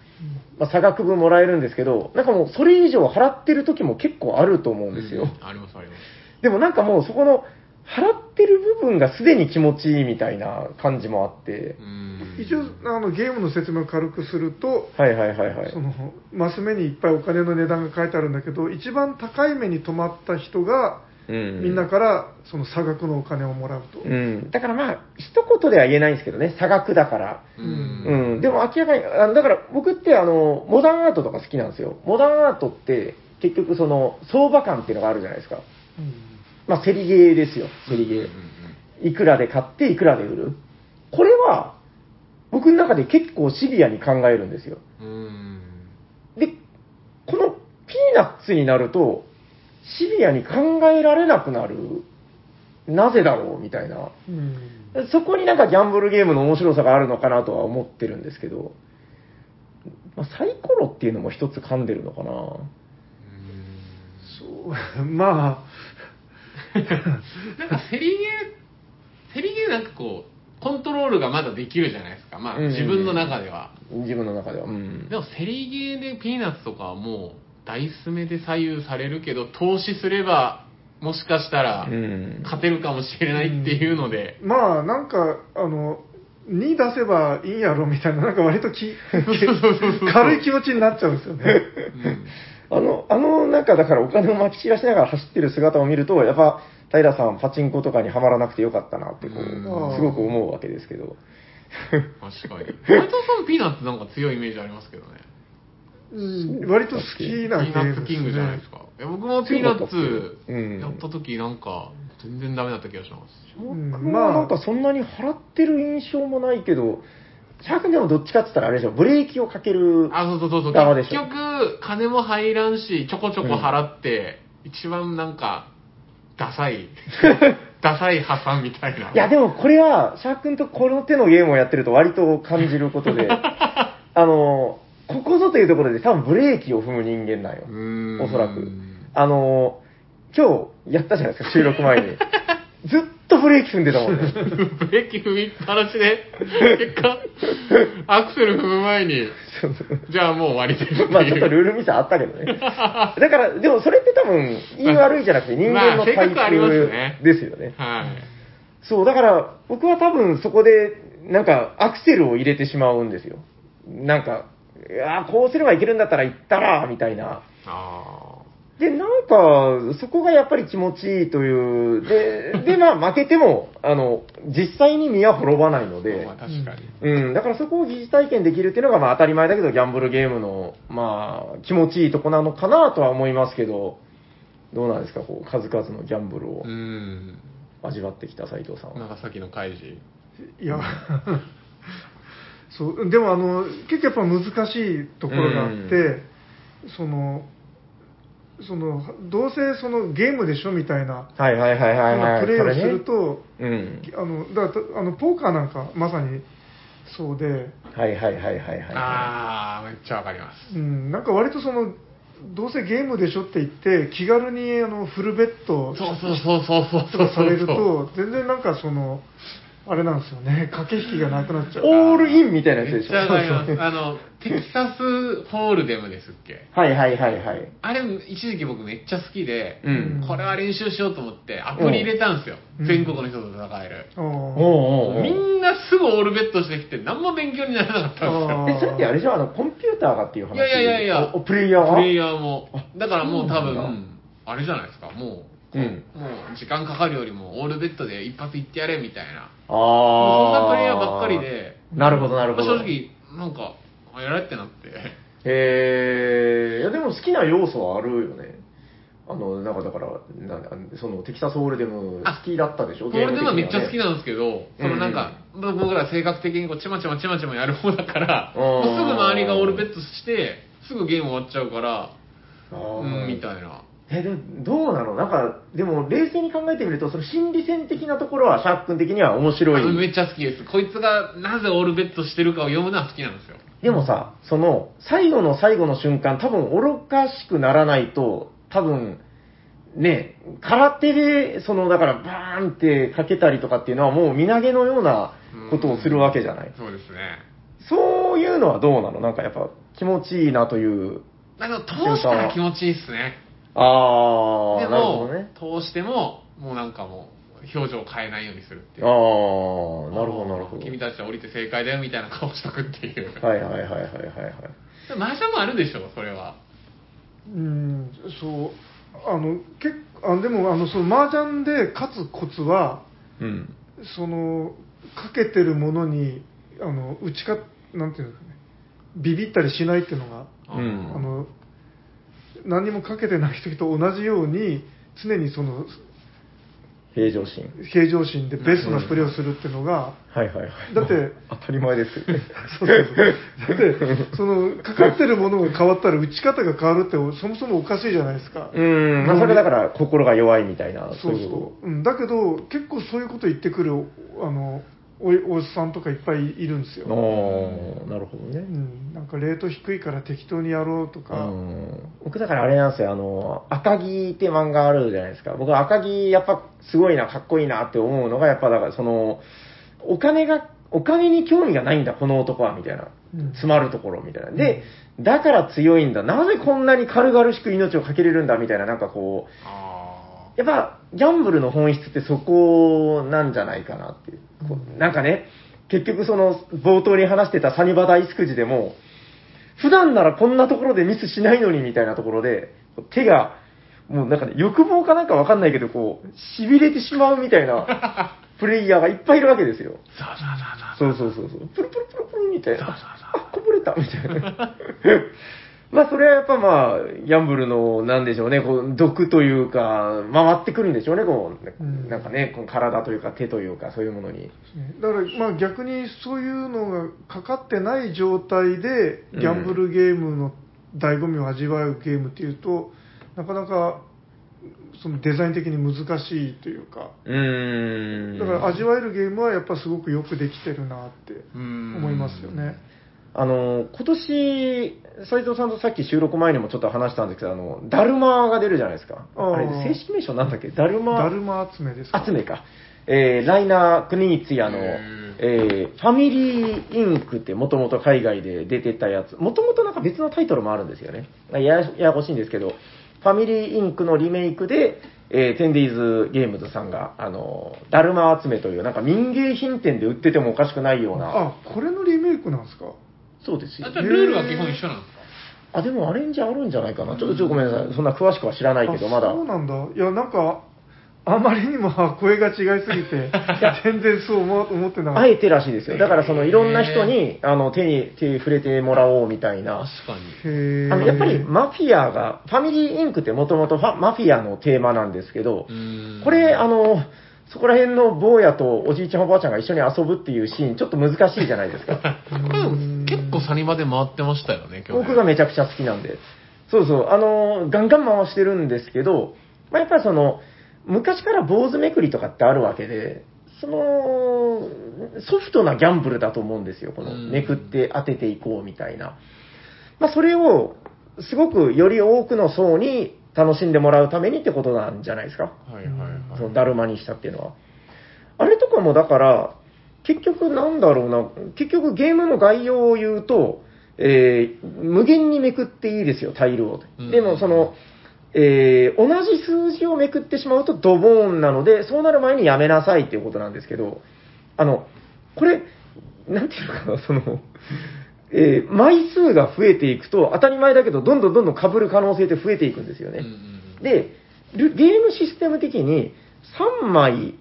Speaker 3: まあ差額分もらえるんですけど、なんかもうそれ以上払ってる時も結構あると思うんですよ。
Speaker 1: ありますあります
Speaker 3: でもなんかもうそこの払ってる部分がすでに気持ちいいみたいな感じもあって
Speaker 1: う。ん
Speaker 2: 一応あのゲームの説明を軽くすると、
Speaker 3: はいはいはいはい
Speaker 2: そ。のマス目にいっぱいお金の値段が書いてあるんだけど一番高い目に止まった人が
Speaker 3: うん
Speaker 2: みんなからその差額のお金をもらうと、
Speaker 3: うん。だからまあ、一言では言えないんですけどね、差額だから。
Speaker 1: うん
Speaker 3: うん、でも明らかに、あのだから僕ってあの、モダンアートとか好きなんですよ。モダンアートって、結局その、相場感っていうのがあるじゃないですか。まあ、競りゲーですよ、競りゲ
Speaker 1: うん
Speaker 3: ー。いくらで買って、いくらで売る。これは、僕の中で結構シビアに考えるんですよ。
Speaker 1: うんうん
Speaker 3: で、このピーナッツになると、シビアに考えられなくなる。なぜだろうみたいな。
Speaker 2: うんうん
Speaker 3: そこになんかギャンブルゲームの面白さがあるのかなとは思ってるんですけど、まあ、サイコロっていうのも一つ噛んでるのかな
Speaker 2: そう ま
Speaker 1: うんなんかセリゲーセリゲーなんかこうコントロールがまだできるじゃないですかまあ
Speaker 3: うん
Speaker 1: 自分の中では
Speaker 3: 自分の中では。うん
Speaker 1: で。もセリゲーでピーナッツとかはもうダイス目で左右されるけど投資すればもしかしたら
Speaker 3: うん。
Speaker 1: 勝てるかもしれないっていうので、
Speaker 2: あまあなんかあの2出せばいいやろみたいななんか割とき軽い気持ちになっちゃうんですよね
Speaker 1: うん
Speaker 3: あの、あの、なんかだからお金をまき散らしながら走ってる姿を見ると、やっぱ、平さんパチンコとかにはまらなくてよかったなってこ
Speaker 1: う
Speaker 3: う、
Speaker 1: ん
Speaker 3: すごく思うわけですけど。
Speaker 1: 確 かに斉藤さんピーナッツなんか強いイメージありますけどね
Speaker 2: うん割と好き
Speaker 1: ピー
Speaker 2: な
Speaker 1: ナ
Speaker 2: ゲーム
Speaker 1: ッツキングじゃないですかいや僕もピーナッツやった時なんか全然ダメだった気がします
Speaker 2: うん
Speaker 3: 僕も
Speaker 2: まあ
Speaker 3: なんかそんなに払ってる印象もないけど、シャークでもどっちかって言ったらあれでしょ、ブレーキをかける。
Speaker 1: あ、そうそうそうそう。
Speaker 3: 側で
Speaker 1: 結
Speaker 3: しょ
Speaker 1: 局、金も入らんし、ちょこちょこ払って、一番なんか、ダサ い、ダサい破産みたいな。
Speaker 3: いや、でもこれは、シャーク君とこの手のゲームをやってると割と感じるこ とで、あの、ここぞというところで多分ブレーキを踏む人間なんよ
Speaker 1: う。ーん、
Speaker 3: おそらくあの、今日、やったじゃないですか、収録 前に。ずっとブレーキ踏んでたもんね。
Speaker 1: ブレーキ踏みっぱなしで、結果、アクセル踏む前に、
Speaker 3: そうそう
Speaker 1: じゃあもう終わりですっていう。
Speaker 3: まあちょっとルールミスあったけどね。だから、でもそれって多分、言い悪いじゃなくて人間の
Speaker 1: まあ性
Speaker 3: 体
Speaker 1: 格あります
Speaker 3: 質
Speaker 1: ね
Speaker 3: ですよね。
Speaker 1: はい。
Speaker 3: そう、だから僕は多分そこで、なんかアクセルを入れてしまうんですよ。なんか、いやーこうすればいけるんだったら行ったら、みたいな。
Speaker 1: あ
Speaker 3: で、なんか、そこがやっぱり気持ちいいという。 で、で、まあ負けても、あの、実際に身は滅ばないの
Speaker 1: あ。
Speaker 3: で
Speaker 1: まあ。確かに。
Speaker 3: うん、だからそこを疑似体験できるっていうのが、まあ、当たり前だけど、ギャンブルゲームの、まあ、気持ちいいとこなのかなとは思いますけど、どうなんですか、こう、数々のギャンブルを
Speaker 1: うん。
Speaker 3: 味わってきた斉藤さんは。
Speaker 1: 長崎の開示。
Speaker 2: いや、 そう、でもあの、結構やっぱ難しいところがあって、
Speaker 3: うん
Speaker 2: その、その、どうせそのゲームでしょみたいな、
Speaker 3: はいはいはいはいはい。
Speaker 2: プレイ
Speaker 3: そ
Speaker 2: を
Speaker 3: れ
Speaker 2: す
Speaker 3: ね
Speaker 2: る、と、
Speaker 3: うん。
Speaker 2: あの、だからたあの、ポーカーなんかまさにそうで、
Speaker 3: はいはいはいはいはい。
Speaker 1: ああ、めっちゃわかります。
Speaker 2: うん、なんか割とその、どうせゲームでしょって言って、気軽にあのフルベッド
Speaker 1: そうそうそうそうそう
Speaker 2: と
Speaker 1: そう
Speaker 2: かされると、全然なんかその、あれなんですよね、駆け引きがなくなっちゃう。
Speaker 3: オールインみたいなやつ
Speaker 1: め
Speaker 3: で
Speaker 1: っ
Speaker 3: し
Speaker 1: ち
Speaker 3: ょ。
Speaker 1: ゃわかりま
Speaker 3: そう
Speaker 1: す。あの、テキサスホールデムですっけ
Speaker 3: そうはいはいはいはい。
Speaker 1: あれ、一時期僕めっちゃ好きで、
Speaker 3: うん。
Speaker 1: これは練習しようと思って、アプリ入れたんですよ。
Speaker 2: うん
Speaker 1: 全国の人と戦える。
Speaker 2: おー
Speaker 3: おうおうおう
Speaker 1: みんなすぐオールベットしてきて、何も勉強にならなかったんですよ。
Speaker 2: あー
Speaker 3: え、それってあれじゃん、あの、コンピューターがっていう話
Speaker 1: いやいやいやいや
Speaker 3: おおプレイヤーは
Speaker 1: プレイヤーも。だからもう多
Speaker 3: そうなん
Speaker 1: 分、あれじゃないですか、もう、
Speaker 3: うん
Speaker 1: もう時間かかるよりも、オールベッドで一発いってやれみたいな。もうそん
Speaker 3: ああ。
Speaker 1: なプレイヤーばっかり。で、
Speaker 3: なるほどなるほど。
Speaker 1: 正直、なんか、あやれってなって。
Speaker 3: へえ、いやでも好きな要素はあるよね。あの、なんかだから、なんだそのテキサスホールデム
Speaker 1: あ
Speaker 3: 好きだったでしょ
Speaker 1: これでもめっちゃ好き
Speaker 3: だ。
Speaker 1: なんですけど、そのなんか、僕ら性格的にこうちまちまちまちまやる方だ から、
Speaker 3: うん
Speaker 1: もうすぐ周りがオールベッドして、すぐゲーム終わっちゃうから、
Speaker 3: あ
Speaker 1: うん、
Speaker 3: ー
Speaker 1: みたいな。
Speaker 3: え、でもどうなのなんか、でも冷静に考えてみると、その心理戦的なところはシャーク君的には面白
Speaker 1: あ
Speaker 3: い。
Speaker 1: めっちゃ好きです。こいつがなぜオールベッドしてるかを読むのは好きなんですよ。
Speaker 3: でもさ、その、最後の最後の瞬間、多分愚かしくならないと、多分、ね、空手で、その、だから、バーンってかけたりとかっていうのは、もう身投げのようなことをするわけじゃない。
Speaker 1: そうですね。
Speaker 3: そういうのはどうなのなんかやっぱ気持ちいいなという。
Speaker 1: だから通したら気持ちいいっすね。
Speaker 3: あ
Speaker 1: で
Speaker 3: あ、なるほ
Speaker 1: も、
Speaker 3: どね。
Speaker 1: 通しても、もうなんかもう、表情を変えないようにするっていう。
Speaker 3: ああ、なるほど、なるほど。
Speaker 1: 君たちは降りて正解だよみたいな顔しとくっていう。
Speaker 3: はいはいはいはいはいはい。
Speaker 1: 麻雀もあるでしょ、それは。
Speaker 2: うん、そう、あの、けあでも、あの、その麻雀で勝つコツは、
Speaker 3: うん。
Speaker 2: その、かけてるものに、あの、打ちか、なんていうんですかね、ビビったりしないっていうのが、
Speaker 1: う
Speaker 3: うん
Speaker 2: あの、何にもかけてない時と同じように、常にその、
Speaker 3: 平常心。
Speaker 2: 平常心でベストなプレーをするっていうのが、
Speaker 3: はいはいはい。
Speaker 2: だって
Speaker 3: 当たり前ですよね。
Speaker 2: そうそうそうだって、その、かかってるものが変わったら打ち方が変わるって、そもそもおかしいじゃないですか。
Speaker 3: うん、まあそれだから心が弱いみたいな。
Speaker 2: そう
Speaker 3: いこ
Speaker 2: そう、うん、だけど結構そういうこと言ってくるあのおいおじさんとかいっぱいいるんです
Speaker 3: と
Speaker 2: よ、
Speaker 3: ああ、なるほど
Speaker 2: う
Speaker 3: ね。
Speaker 2: ん、なんかレート低いから適当にやろうと
Speaker 3: う
Speaker 2: か、
Speaker 3: ん僕だからあれなんですよ、あの、赤木って漫画あるじゃないですか。僕は赤木やっぱすごいな、かっこいいなって思うのが、やっぱだからその、お金が、お金に興味がないんだ、この男は、みたいな。
Speaker 2: うん
Speaker 3: 詰まるところ、みたいな。で、だから強いんだ。なぜこんなに軽々しく命をかけれるんだ、みたいな、なんかこう、
Speaker 1: あ
Speaker 3: やっぱ、ギャンブルの本質ってそこなんじゃないかなっていう。こうなんかね、結局その、冒頭に話してたサニバダイスクジでも、普段ならこんなところでミスしないのにみたいなところで、こう手が、もうなんかね、欲望かなんかわかんないけど、こう、痺れてしまうみたいな、プレイヤーがいっぱいいるわけですよ。
Speaker 1: ー。ざわざわざわざわ。
Speaker 3: そうそうそうそう。プルプルプルプルみたい
Speaker 1: そうそう
Speaker 3: な。あ、こぼれたみたいな。 まあ、それはやっぱまあ、ギャンブルの、なんでしょうね、こう、毒というか、回ってくるんでしょうね、こう、
Speaker 2: うん
Speaker 3: なんかね、こう体というか手というか、そういうものに。
Speaker 2: だからまあ逆にそういうのがかかってない状態で
Speaker 3: うん
Speaker 2: ギャンブルゲームの醍醐味を味わうゲームっていうとなかなかそのデザイン的に難しいというか
Speaker 3: うーん。
Speaker 2: だから味わえるゲームはやっぱすごくよくできてるなって
Speaker 1: うん
Speaker 2: 思いますよね、
Speaker 3: あの、今年、斉藤さんとさっき収録前にもちょっと話したんですけど、あの、だるまが出るじゃないですか。
Speaker 2: あー
Speaker 3: あれ、正式名称なんだっけだるま。
Speaker 2: だるま集めですか
Speaker 3: 集めか。えーライナー・クニーツヤの、
Speaker 1: へー
Speaker 3: えーファミリー・インクってもともと海外で出てたやつ、もともとなんか別のタイトルもあるんですよね。ややややこしいんですけど、ファミリー・インクのリメイクで、えーテンディーズ・ゲームズさんが、あの、だるま集めという、なんか民芸品店で売っててもおかしくないような、
Speaker 2: あこれのリメイクなんですか
Speaker 3: そうですよ
Speaker 1: あじゃあ。ルールは基本一緒なんですか
Speaker 3: あ、でもアレンジあるんじゃないかな。ちょっとちょっとごめんなさい。そんな詳しくは知らないけど、
Speaker 2: あ
Speaker 3: まだ。
Speaker 2: そうなんだいやなんかあまりにもあ声が違いすぎ て全然そう思わ思ってなか
Speaker 3: あ
Speaker 2: っ
Speaker 3: えてらしいですよ。だからそのいろんな人に、あの、手に、手に触れてもらおうみたいな。
Speaker 1: 確かに。
Speaker 2: たへえ
Speaker 3: あのやっぱりマフィアが、ファミリーインクってもともとファマフィアのテーマなんですけど
Speaker 1: う、ーん
Speaker 3: これ、あの、そこら辺の坊やとおじいちゃんおばあちゃんが一緒に遊ぶっていうシーン、ちょっと難しいじゃないで すか。
Speaker 1: これでも結構サニバで回ってましたよね、今日。
Speaker 3: 僕がめちゃくちゃ好きなんで。そうそう、あの、ガンガン回してるんですけど、まあ、やっぱりその、昔から坊主めくりとかってあるわけで、その、ソフトなギャンブルだと思うんですよ、この、
Speaker 1: うん
Speaker 3: めくって当てていこうみたいな。まあ、それを、すごくより多くの層に楽しんでもらうためにってことなんじゃないですか。
Speaker 1: はいはいはい。
Speaker 3: そのだるまにしたっていうのは。あれとかもだから、結局なんだろうな、結局ゲームの概要を言うと、えー無限にめくっていいですよ、タイルを
Speaker 1: うん。
Speaker 3: でもその、えー同じ数字をめくってしまうとドボーンなので、そうなる前にやめなさいっていうことなんですけど、あの、これ、なんていうのかな、その、えー枚数が増えていくと、当たり前だけど、どんどんどんどん被る可能性って増えていくんですよね。
Speaker 1: うんうんうん
Speaker 3: で、ルゲームシステム的に3枚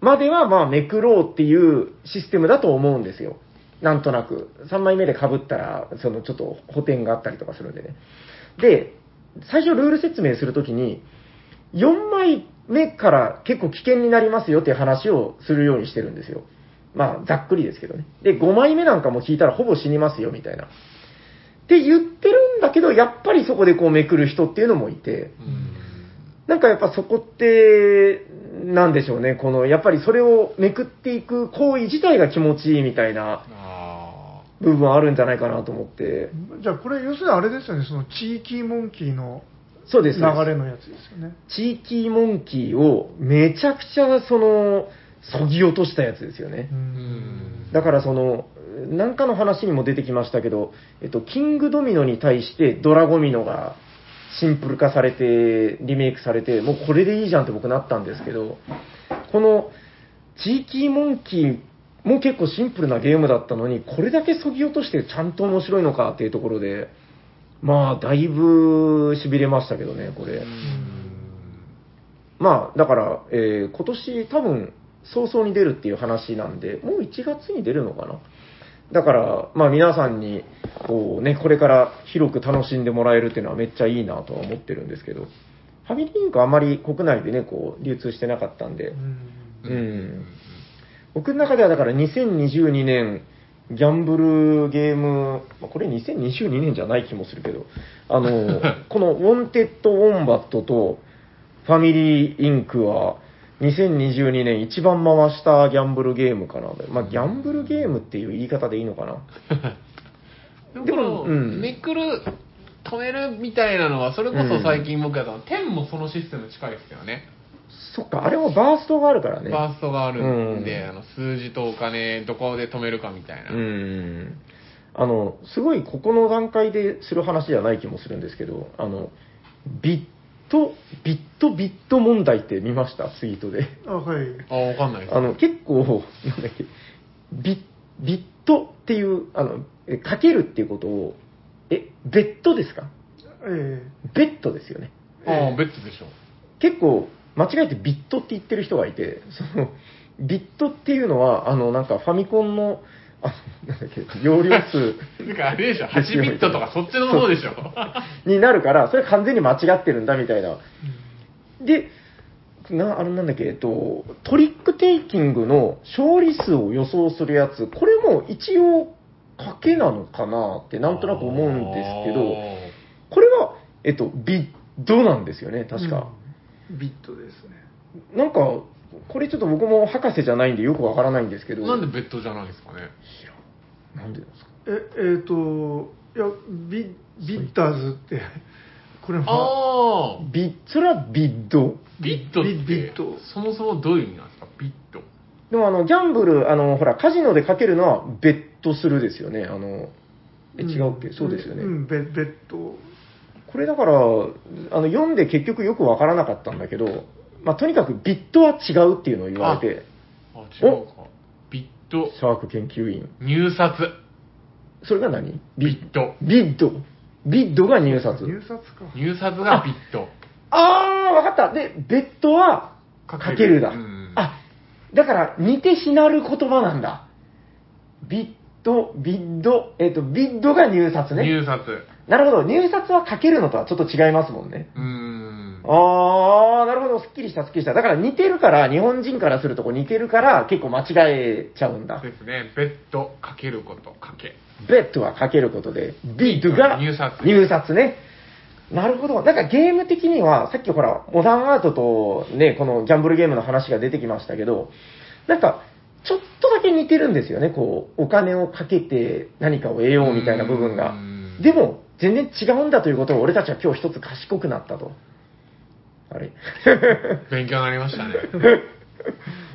Speaker 3: まではまあめくろうっていうシステムだと思うんですよ。なんとなく。3枚目で被ったら、そのちょっと補填があったりとかするんでね。で、最初ルール説明するときに、4枚目から結構危険になりますよっていう話をするようにしてるんですよ。まあ、ざっくりですけどね。で、5枚目なんかも引いたらほぼ死にますよみたいな。って言ってるんだけど、やっぱりそこでこうめくる人っていうのもいて、
Speaker 1: うん
Speaker 3: なんかやっぱそこって、なんでしょうね、この、やっぱりそれをめくっていく行為自体が気持ちいいみたいな
Speaker 1: あ
Speaker 3: 部分あるんじゃないかなと思って。
Speaker 2: じゃあこれ要するにあれですよねその地域モンキーの
Speaker 3: そうで
Speaker 2: 流
Speaker 3: す。
Speaker 2: れ
Speaker 3: そうです
Speaker 2: のやつですよね
Speaker 3: 地域モンキーをめちゃくちゃ、その、そぎ落としたやつですよね。
Speaker 2: う
Speaker 1: ーうんん
Speaker 3: だからその、なんかの話にも出てきましたけど、えっと、キングドミノに対してドラゴミノがシンプル化されて、リメイクされて、もうこれでいいじゃんって僕なったんですけど、この、地域モンキーも結構シンプルなゲームだったのに、これだけ削ぎ落としてちゃんと面白いのかっていうところで、まあ、だいぶ痺れましたけどね、これ。まあ、だから、えー今年多分、早々に出るっていう話なんで、もう1月に出るのかな。だから、まあ皆さんに、こうね、これから広く楽しんでもらえるっていうのはめっちゃいいなとは思ってるんですけど、ファミリーインクはあんまり国内でね、こう、流通してなかったんで、
Speaker 2: うん
Speaker 1: うん
Speaker 3: うん僕の中ではだから2022年、ギャンブルゲーム、まあこれ2022年じゃない気もするけど、あの、このウォンテッド・ウォンバットとファミリー・インクは、2022年一番回したギャンブルゲームかな。まあ、ギャンブルゲームっていう言い方でいいのかな。
Speaker 1: うん
Speaker 3: で
Speaker 1: で
Speaker 3: も
Speaker 1: も、
Speaker 3: うん
Speaker 1: めくる、止めるみたいなのは、それこそ最近僕やったの、天もそのシステム近いですよね。
Speaker 3: そっか、あれもバーストがあるからね。
Speaker 1: バーストがあるんで、
Speaker 3: うん
Speaker 1: あの数字とお金、どこで止めるかみたいな。
Speaker 3: うん。あの、すごいここの段階でする話じゃない気もするんですけど、あの、ビット、ビットビット問題って見ましたツイートで。
Speaker 2: あはい
Speaker 1: あ、わかんないです。
Speaker 3: あの、結構、なんだっけ、ビッ、ビットっていう、あの、えかけるっていうことを、え、ベッドですか
Speaker 2: え
Speaker 3: ベッドですよね。
Speaker 1: ああ、ベッドでしょ。
Speaker 3: 結構間違えてビットって言ってる人がいて、そのビットっていうのは、あの、なんかファミコンの、あの、なんだっけ、容量数
Speaker 1: なんかあれでしょ、8ビットと かそっちの方でしょ。
Speaker 3: になるから、それ完全に間違ってるんだみたいな。
Speaker 2: え
Speaker 3: で、な、あれなんだっけ、えっと、トリックテイキングの勝利数を予想するやつ、これも一応、賭けなのかなってなんとなく思うんですけど、これは、えっと、ビッドなんですよね、確か。
Speaker 2: うんビットですね
Speaker 3: なんか、これちょっと僕も博士じゃないんでよくわからないんですけど、
Speaker 1: なんでベッドじゃないですかね。
Speaker 3: なんでですか
Speaker 2: ええー、といやビビッターズってこれは
Speaker 1: ああ
Speaker 3: ビそれはビッド
Speaker 1: ビットって
Speaker 2: ビビット
Speaker 1: そもそもどういう意味なんですかビット
Speaker 3: でもあの、ギャンブル、あの、ほら、カジノでかけるのは、ベットするですよね。あの、え、違うっけ、そうですよね。
Speaker 2: うんベベッド
Speaker 3: これだから、あの、読んで結局よくわからなかったんだけど、まあ、とにかくビットは違うっていうのを言われて、
Speaker 1: あ違うかビット
Speaker 3: シャーク研究員。
Speaker 1: 入札
Speaker 3: それが何
Speaker 1: ビット
Speaker 3: ビッド。ビッドが入札。
Speaker 2: 入札か
Speaker 1: 入札がビット
Speaker 3: あー、わかった。で、ベッドは、かけるだ。
Speaker 1: うん
Speaker 3: あ、だから、似てしなる言葉なんだ。ビッド、ビッド、えっ、と、ビッドが入札ね。
Speaker 1: 入札
Speaker 3: なるほど、入札はかけるのとはちょっと違いますもんね。
Speaker 1: うーん
Speaker 3: あー、なるほど、すっきりした、すっきりした。だから似てるから、日本人からするとこう似てるから、結構間違えちゃうんだ。
Speaker 1: ですねベッドかけることかけ
Speaker 3: ベッドはかけることで、ビッドが
Speaker 1: 入札
Speaker 3: 入札ね。なるほど。なんかゲーム的には、さっきほら、モダンアートとね、このギャンブルゲームの話が出てきましたけど、なんか、ちょっとだけ似てるんですよね。こう、お金をかけて何かを得ようみたいな部分
Speaker 1: う
Speaker 3: が
Speaker 1: ー。ん
Speaker 3: でも、全然違うんだということを俺たちは今日一つ賢くなったと。あれ
Speaker 1: 勉強になりましたね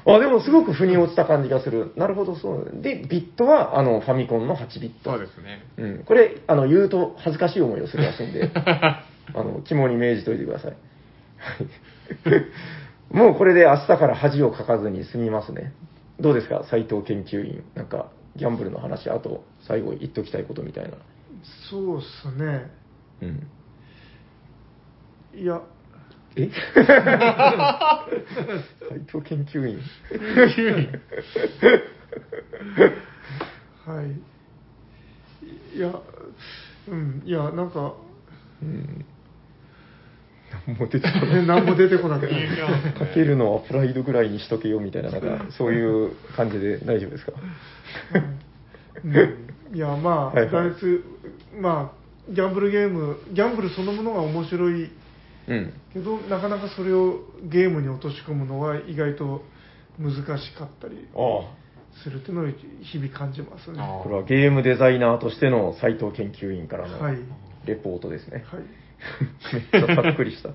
Speaker 3: あ、でもすごく腑に落ちた感じがする。なるほど、そう。で、ビットは、あの、ファミコンの8ビット。
Speaker 1: そうですね
Speaker 3: うん、これあの言うと恥ずかしい思いをするらしい んであの肝に銘じておいてください、はい、 もうこれで明日から恥をかかずに済みますねどうですか斉藤研究員なんかギャンブルの話あと最後言っときたいことみたいな
Speaker 2: そうっすね
Speaker 3: うん
Speaker 2: いや
Speaker 3: え斉藤研究 員
Speaker 2: はいいやうんいやなんか
Speaker 3: うん何も出てこない
Speaker 2: ね何も出てこなくて
Speaker 1: 勉強ですね
Speaker 3: かけるのはプライドぐらいにしとけよみたいな、なんか、そういう感じで大丈夫ですか
Speaker 2: うんいやまあ
Speaker 3: はいはい
Speaker 2: だいぶまあギャンブルゲームギャンブルそのものが面白い
Speaker 3: うん。
Speaker 2: けどなかなかそれをゲームに落とし込むのは意外と難しかったり
Speaker 3: あ
Speaker 2: するっていうのを日々感じますね
Speaker 1: あ
Speaker 2: は
Speaker 3: あ。これはゲームデザイナーとしての斉藤研究員から
Speaker 2: いはい
Speaker 3: のレポートですね。 めっちゃざっくりした。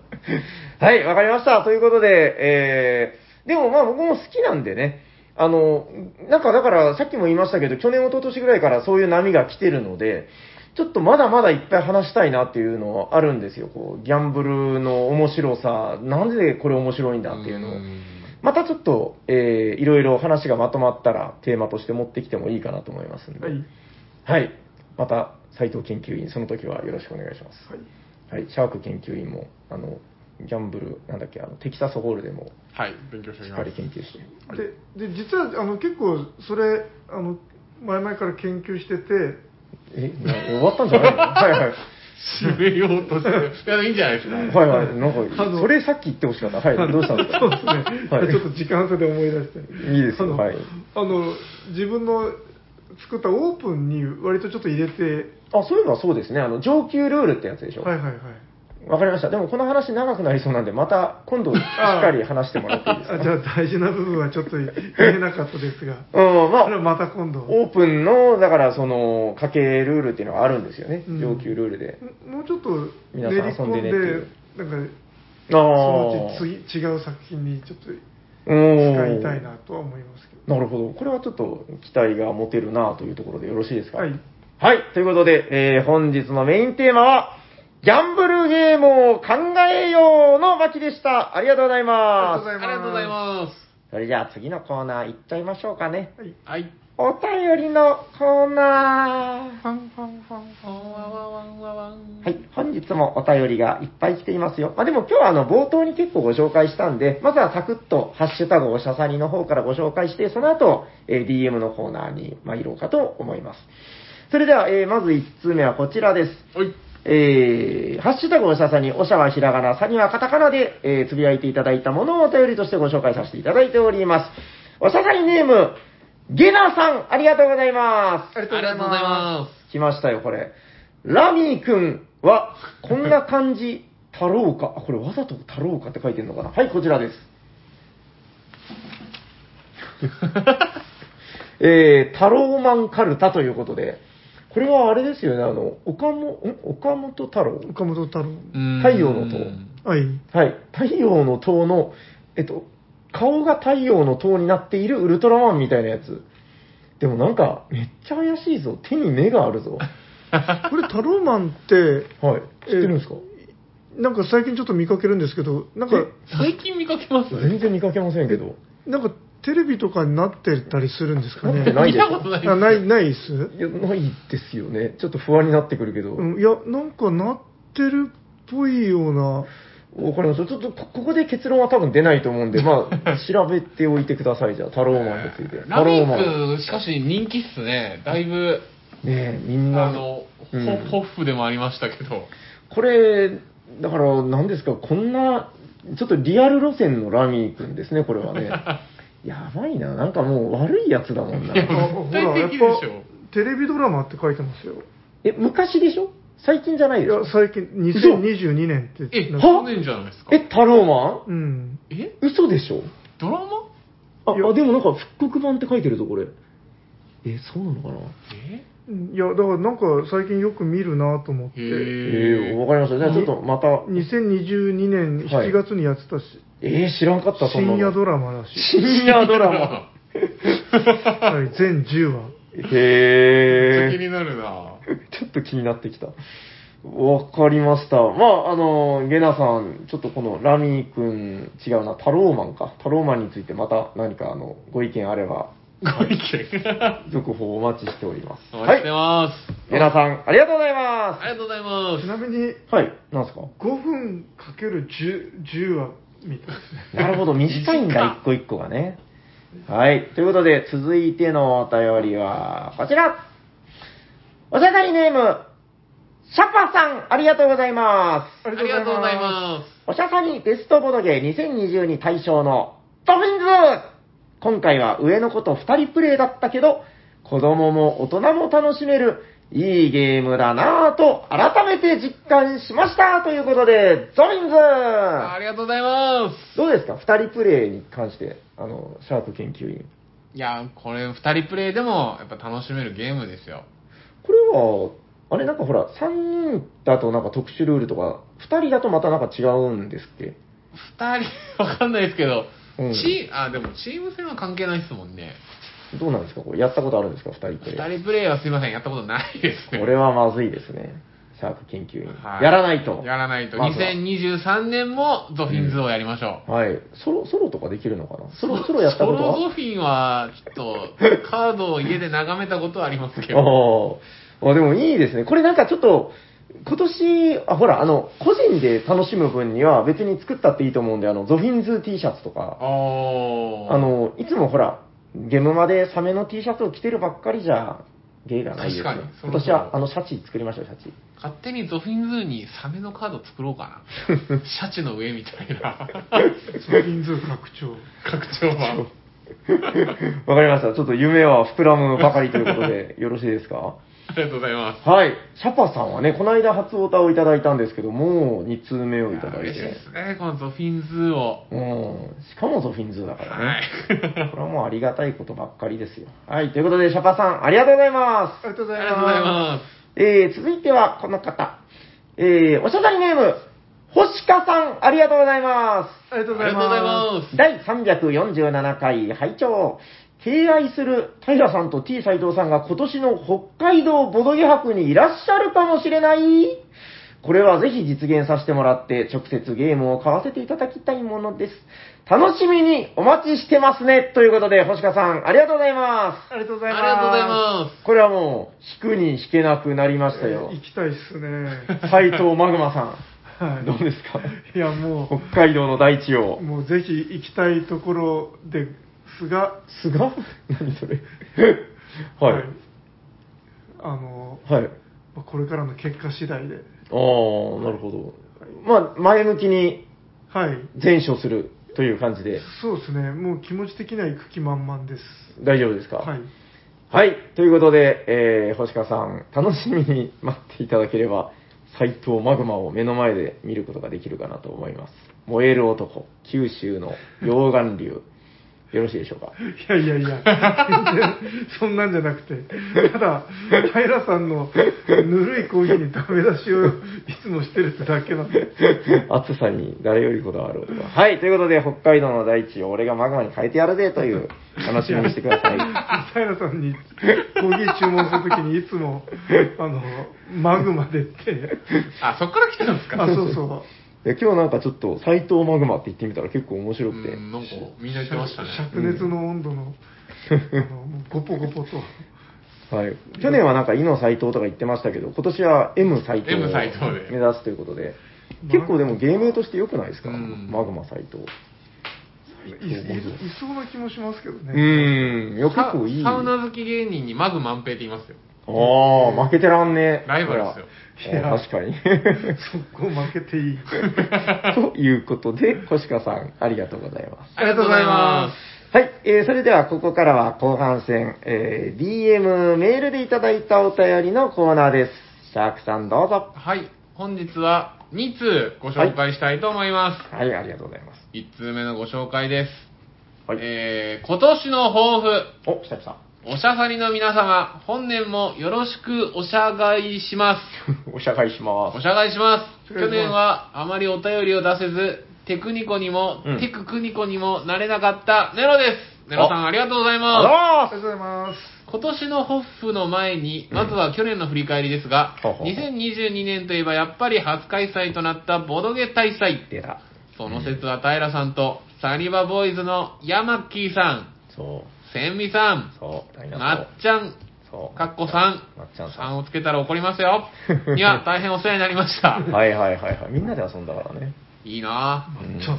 Speaker 3: はい、わかりました。ということで、えー、でもまあ僕も好きなんでね、あの、なんかだからさっきも言いましたけど、去年、一昨年ぐらいからそういう波が来てるので、ちょっとまだまだいっぱい話したいなっていうのはあるんですよ。こう、ギャンブルの面白さ、なんでこれ面白いんだっていうのを。またちょっと、えー、いろいろ話がまとまったらテーマとして持ってきてもいいかなと思いますんで。
Speaker 2: はいはい
Speaker 3: はい。また、斉藤研究員、その時はよろしくお願いします。はい。シャーク研究員も、あの、ギャンブル、なんだっけ、あの、テキサスホールでも、
Speaker 1: はい勉強してお
Speaker 3: し
Speaker 1: き
Speaker 3: っ
Speaker 1: ま
Speaker 3: かり
Speaker 1: す
Speaker 3: 研究して。
Speaker 2: でで実はあの結構それあの前々から研究して て
Speaker 3: え、な終わったんじ ゃないのはいはい。
Speaker 1: 締めようとしてるいやいいんじゃないですか
Speaker 3: はいはい。なん
Speaker 2: あ
Speaker 3: か、
Speaker 2: の
Speaker 3: それさっき言ってほしかった。はい。どうしたんですか
Speaker 2: そうですね、
Speaker 3: はい
Speaker 2: ちょっと時間差で思い出して
Speaker 3: いいですよ
Speaker 2: あの,、
Speaker 3: はい
Speaker 2: あの自分の作ったオープンに割とちょっと入れて
Speaker 3: あ、そういえばそうですね。あの、上級ルールってやつでしょ。
Speaker 2: はいはいはい
Speaker 3: わかりました。でもこの話長くなりそうなんで、また今度しっかり話してもらっていいですか
Speaker 2: あじゃあ大事な部分はちょっと言えなかったですが
Speaker 3: うん、ま
Speaker 2: それは
Speaker 3: あ、
Speaker 2: また今度
Speaker 3: オープンの、だからその、家計ルールっていうのがあるんですよね。
Speaker 2: うん
Speaker 3: 上級ルールで。
Speaker 2: もうちょっと練
Speaker 3: 皆
Speaker 2: り
Speaker 3: さん遊
Speaker 2: 込
Speaker 3: ん
Speaker 2: ん
Speaker 3: で
Speaker 2: で
Speaker 3: ねっていう
Speaker 2: なんか
Speaker 3: あ
Speaker 2: そ
Speaker 3: あ
Speaker 2: のうち次違う作品にちょっと使
Speaker 3: 使
Speaker 2: いたいなとは思いますけど
Speaker 3: なるほど。これはちょっと期待が持てるなというところでよろしいですか
Speaker 2: はい。
Speaker 3: はい。ということで、えー本日のメインテーマは、ギャンブルゲームを考えようの巻でした。ありがとうござ
Speaker 2: あ
Speaker 3: い
Speaker 2: りがとうござい
Speaker 3: ま。
Speaker 1: ありがとうございます
Speaker 3: それじゃあ次のコーナー行っちゃいましょうかね。
Speaker 2: はい
Speaker 1: すはい
Speaker 3: お便りのコーナー。
Speaker 2: ファンファンファン
Speaker 1: ワンワンワンワンワン
Speaker 3: はい、本日もお便りがいっぱい来ていますよ。まあ、でも今日はあの冒頭に結構ご紹介したんで、まずはサクッとハッシュタグおしゃさにの方からご紹介して、その後、えー DM のコーナーに参ろうかと思います。それでは、えーまず1通目はこちらです。
Speaker 1: はい
Speaker 3: えー、ハッシュタグおしゃさに、おしゃはひらがな、さにはカタカナで、えーつぶやいていただいたものをお便りとしてご紹介させていただいております。おしゃさにネーム、ゲナさん、ありがとうございます。
Speaker 2: ありがとうございます
Speaker 1: す
Speaker 3: 来ましたよ、これ。ラミー君は、こんな感じ、太郎か。あ、これわざと太郎かって書いてるのかな。はい、こちらです。えー、タローマンカルタということで、これはあれですよね、あの、岡本、ん岡本太郎
Speaker 2: 岡本太郎。
Speaker 1: うん
Speaker 3: 太陽の塔
Speaker 2: はい。
Speaker 3: はい、太陽の塔の、えっと、顔が太陽の塔になっているウルトラマンみたいなやつ。でもなんか、めっちゃ怪しいぞ。手に目がある ぞ。
Speaker 2: これ、タローマンって、
Speaker 3: はい。知ってるんですか、
Speaker 2: なんか最近ちょっと見かけるんですけど、なんか、
Speaker 1: 最近見かけます
Speaker 3: 全然見かけませんけど。
Speaker 2: なんかテレビとかになってたりするんですか
Speaker 3: なっ
Speaker 2: ね
Speaker 3: て。ない
Speaker 1: 見
Speaker 3: でしょ
Speaker 1: たことないです
Speaker 2: あない、ないっす、
Speaker 3: いや、ないですよね。ちょっと不安になってくるけど。
Speaker 2: うん、いや、なんかなってるっぽいような、
Speaker 3: わかりました。ちょっとこ、ここで結論は多分出ない と思うんで、まあ、調べておいてください、じゃあ、タローマンについて。タ
Speaker 1: ラ
Speaker 3: ロ
Speaker 1: ミ
Speaker 3: ーマン。
Speaker 1: ーク、しかし人気っすね。だいぶ、
Speaker 3: ねえ、み
Speaker 1: あ
Speaker 3: んな。
Speaker 1: の、
Speaker 3: うん
Speaker 1: ホホッフでもありましたけど。
Speaker 3: これ、だから、何ですか、こんな、ちょっとリアル路線のラミー君ですね、これ はね。やばいな、なんかもう悪いやつだもんな。
Speaker 1: いや
Speaker 2: あ
Speaker 1: 絶
Speaker 2: ほ
Speaker 1: 対
Speaker 2: ら、や
Speaker 1: でき
Speaker 2: っ
Speaker 1: るでしょ
Speaker 2: ぱテレビドラマって書いてますよ。
Speaker 3: え、昔でしょ最近じゃない
Speaker 2: い
Speaker 3: です
Speaker 2: や
Speaker 3: か、
Speaker 2: 最近、2022年って。
Speaker 1: え、
Speaker 2: なん
Speaker 3: ほ
Speaker 2: か
Speaker 1: 去年じゃないですか
Speaker 3: え、。タローマ
Speaker 2: うん。
Speaker 1: え
Speaker 3: ン嘘でしょ
Speaker 1: ドラマ
Speaker 3: あ、
Speaker 2: いや
Speaker 3: あでもなんか復刻版って書いてるぞ、これ。え、そうなのかな
Speaker 1: え
Speaker 2: いや、だからなんか最近よく見るなと思っ
Speaker 1: へ
Speaker 2: て、
Speaker 1: ー
Speaker 3: えー、わかりました。じゃあちょっとまた、
Speaker 2: 2022年7月にやってたし、
Speaker 3: えー、知らんかった、そんなの
Speaker 2: 深夜ドラマらしい。
Speaker 3: 深夜ド ラマ。
Speaker 2: はい、全10話。
Speaker 1: めっちゃ気
Speaker 3: へえ。
Speaker 1: になるな
Speaker 3: ちょっと気になってきた。わかりました。まあ、あの、ゲナさん、ちょっとこのラミー君、違うな、タローマンか。タローマンについてまた何か、あの、ご意見あれば、
Speaker 1: ご意見。
Speaker 3: 続報お待ちしております。
Speaker 1: お待ちして
Speaker 3: は
Speaker 1: ます。
Speaker 3: い。ゲナさん、ありがとうございま
Speaker 1: ありがとうございま
Speaker 2: ち
Speaker 1: す。
Speaker 2: なみに、
Speaker 3: す。はい。なんですか
Speaker 2: 5分かける10、10話みたいですね。
Speaker 3: なるほど、 短いんだ、一個一個がね。はい。ということで、続いてのお便りは、こちら。おしゃがりネーム、シャパさん、ありがとうございます。
Speaker 1: ありがとうございま
Speaker 3: おしゃさにベストボドゲ2022大賞のドフィンズ今回は上の子と2人プレイだったけど、子供も大人も楽しめる、いいゲームだなぁと改めて実感しましたということで、ゾフィンズ
Speaker 1: す。ありがとうございます。
Speaker 3: どうですか二人プレイに関して、あの、シャープ研究員。
Speaker 1: いや、これ二人プレイでもやっぱ楽しめるゲームですよ。
Speaker 3: これは、あれなんかほら、三人だとなんか特殊ルールとか、二人だとまたなんか違うんですっけ
Speaker 1: 二人、わかんないですけど、
Speaker 3: うん
Speaker 1: チー、あ、でもチーム戦は関係ないですもんね。
Speaker 3: どうなんですかこれやったことあるんですか二人
Speaker 1: 二
Speaker 3: プレイ。
Speaker 1: 人プレイはすいません、やったことない ですね。
Speaker 3: これはまずいですね。シャープ研究員。
Speaker 1: はい
Speaker 3: やらないと。
Speaker 1: やらないと。
Speaker 3: まずは
Speaker 1: 2023年もゾフィンズをやりましょう。
Speaker 3: はい。ソロ、ソロとかできるのかなソロ、ソロやったこと
Speaker 1: ソロ
Speaker 3: は
Speaker 1: ゾフィンは、ちょっと、カードを家で眺めたことはありますけど。
Speaker 3: あーあ、でもいいですね。これなんかちょっと、今年、あ、ほら、あの、個人で楽しむ分には別に作ったっていいと思うんで、あの、ゾフィンズ T シャツとか。
Speaker 1: おー
Speaker 3: あ、の、いつもほら、ゲムまでサメの T シャツを着てるばっかりじゃ、芸がないですよ
Speaker 1: 確かに
Speaker 3: 今年
Speaker 1: そう
Speaker 3: は、
Speaker 1: そう
Speaker 3: あの、シャチ作りましょう、シャチ。
Speaker 1: 勝手にゾフィンズにサメのカード作ろうか な。シャチの上みたい な。
Speaker 2: ゾフィンズ拡張。
Speaker 1: 拡張版。
Speaker 3: わかりました。ちょっと夢は膨らむばかりということで、よろしいですか
Speaker 1: ありがとうございます。
Speaker 3: はい。シャパさんはね、この間初オタをいただいたんですけど、もう2通目をいただい
Speaker 1: 嬉しいで
Speaker 3: て。
Speaker 1: すね、このゾフィンズを。
Speaker 3: うん。しかもゾフィンズだから ね。
Speaker 1: はい。
Speaker 3: これはもうありがたいことばっかりですよ。はい。ということで、シャパさん、ありがとうございます
Speaker 2: あ。りがとうご
Speaker 1: あ
Speaker 2: ざ
Speaker 1: り
Speaker 2: い
Speaker 1: がとうござい
Speaker 2: ま。
Speaker 1: ま
Speaker 3: えー、続いてはこの方。えー、おしゃべりネーム、星香さん、ありがとうございます
Speaker 2: ありがと
Speaker 1: す。
Speaker 2: う
Speaker 1: ありが
Speaker 2: ござい
Speaker 1: とうござい
Speaker 2: ま
Speaker 1: ます
Speaker 3: す。。第347回拝聴敬愛する平さんと T 斎藤さんが今年の北海道ボドゲ博にいらっしゃるかもしれないこれはぜひ実現させてもらって、直接ゲームを買わせていただきたいものです。楽しみにお待ちしてますねということで、星香さん、ありがとうございます
Speaker 2: す。ありがとうご
Speaker 1: あ
Speaker 2: ざい
Speaker 1: り
Speaker 2: ます。
Speaker 1: がとうございま
Speaker 3: これはもう、引くに引けなくなりましたよ。
Speaker 2: 行きたいっすね。
Speaker 3: 斎藤マグマさ
Speaker 2: は
Speaker 3: ん、
Speaker 2: い。
Speaker 3: どうですか
Speaker 2: いや、も
Speaker 3: 北海道の大地を
Speaker 2: う、。もうぜひ行きたいところですが、
Speaker 3: 菅 何それ
Speaker 2: は
Speaker 3: はいい。
Speaker 2: あの、
Speaker 3: はい。
Speaker 2: まあこれからの結果次第で、
Speaker 3: ああ、なるほど。まあ、前向きに
Speaker 2: はい。
Speaker 3: 前処するという感じで、
Speaker 2: そうですね、もう気持ち的には行く気満々です。
Speaker 3: 大丈夫ですか
Speaker 2: はい。
Speaker 3: はい。ということで、えー、星川さん、楽しみに待っていただければ、斎藤マグマを目の前で見ることができるかなと思います。燃える男、九州の溶岩流。よろしいでしょう か。
Speaker 2: いやいやいや、全然そんなんじゃなくて、ただ、平さんのぬるいコーヒーにダメ出しをいつもしてるってだけなんで、
Speaker 3: 暑さに誰よりこだわろうとは。はい、ということで、北海道の大地を俺がマグマに変えてやるぜという楽しみにしてください。
Speaker 2: 平さんにコーヒー注文するときにいつも、あの、マグマでって、
Speaker 1: あ、そっから来てるんですか
Speaker 2: あ、そうそう。
Speaker 3: で今日なんかちょっと、斎藤マグマって言ってみたら結構面白
Speaker 1: う
Speaker 3: くて、
Speaker 1: ん、なんか、みんな言ってましたね。
Speaker 2: 灼熱の温度の、あのもうゴポゴポと。
Speaker 3: はい、去年はなんか、イの斎藤とか言ってましたけど、今年は M 斎藤を
Speaker 1: M
Speaker 3: 目
Speaker 1: 斎藤で
Speaker 3: 指すということで、結構でも芸名として良くないですか、
Speaker 1: うん
Speaker 3: マグマ斎藤。
Speaker 2: いいいいそうな気もしますけど
Speaker 3: う
Speaker 2: ね。
Speaker 3: ーん、いや、結構いい。
Speaker 1: ササウナ好き芸人にマグ満平って言いますよ。
Speaker 3: ああ、負けてらんねえ。
Speaker 1: ライバルです
Speaker 2: よいや
Speaker 3: あー確かに。
Speaker 2: 速攻負けていい。
Speaker 3: ということで、コシカさん、ありがとうございます。
Speaker 1: ありがとうございます。
Speaker 3: はい、えーそれではここからは後半戦、えー DM、メールでいただいたお便りのコーナーです。シャークさんどうぞ。
Speaker 1: はい、本日は2通ご紹介したいと思います。
Speaker 3: はい、ありがとうございます。
Speaker 1: 1通目のご紹介です。
Speaker 3: はい。
Speaker 1: えー、今年の抱負、
Speaker 3: お、シャークさん。
Speaker 1: おしゃさりの皆様、本年もよろしくおしゃがいします。
Speaker 3: お社会しま
Speaker 1: お
Speaker 3: す。
Speaker 1: しゃがいします。
Speaker 2: おしゃがいします
Speaker 1: 去年はあまりお便りを出せず、テクニコにも、
Speaker 3: うん
Speaker 1: テククニコにもなれなかったネロです。ネロさんありがとうございます。
Speaker 2: あ
Speaker 3: あ
Speaker 2: りがとうございます。
Speaker 1: 今年のホッフの前に、まずは去年の振り返りですが、
Speaker 3: ほうほう
Speaker 1: 2022年といえばやっぱり初開催となったボドゲ大祭。
Speaker 3: 出た。
Speaker 1: その説は平さんと、サニバボーイズのヤマッキーさん、
Speaker 3: そ
Speaker 1: センミさん
Speaker 3: う、、そう、ダイナ
Speaker 1: ま
Speaker 3: ソ
Speaker 1: っちゃん、
Speaker 3: ー。そう。
Speaker 1: かっこさん、
Speaker 3: まっちゃんさ
Speaker 1: さんをつけたら怒ります よ。いや、大変お世話になりました。
Speaker 3: ん。はいはいはいはい。みんなで遊んだからね。
Speaker 1: いいなぁ。
Speaker 3: うん
Speaker 2: ちょっ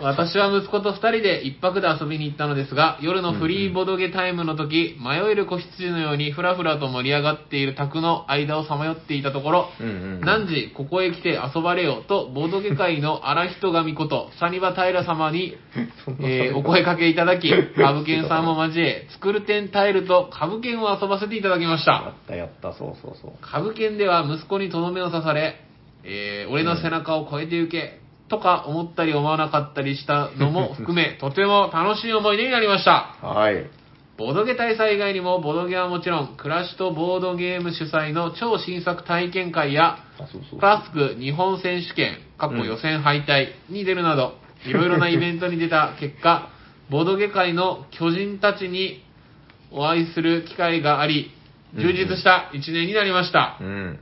Speaker 1: 私は息子と二人で一泊で遊びに行ったのですが、夜のフリーボドゲタイムの時、迷える子羊のようにふらふらと盛り上がっている宅の間をさまよっていたところ、
Speaker 3: うんうんうん
Speaker 1: 何時ここへ来て遊ばれよと、ボドゲ界の荒人神こと、サニバ平様に、
Speaker 3: そんな
Speaker 1: えーお声かけいた だき、カブケンさんも交え、作る点タイルとカブケンを遊ばせていただきまし
Speaker 3: や
Speaker 1: た。
Speaker 3: ったやった、そうそうそう。
Speaker 1: カブケンでは息子にとどめを刺され、えー俺の背中を越えてゆけ、とか思ったり思わなかったりしたのも 含め、とても楽しい思い出になりました。
Speaker 3: はい。
Speaker 1: ボードゲ大祭以外にも、ボードゲはもちろん、暮らしとボードゲーム主催の超新作体験会や、
Speaker 3: あ、そうそう。
Speaker 1: フラスク日本選手権、過去予選敗退に出るなど、いろいろなイベントに出 た結果、ボードゲ界の巨人たちにお会いする機会があり、充実した1年になりました。
Speaker 3: うん。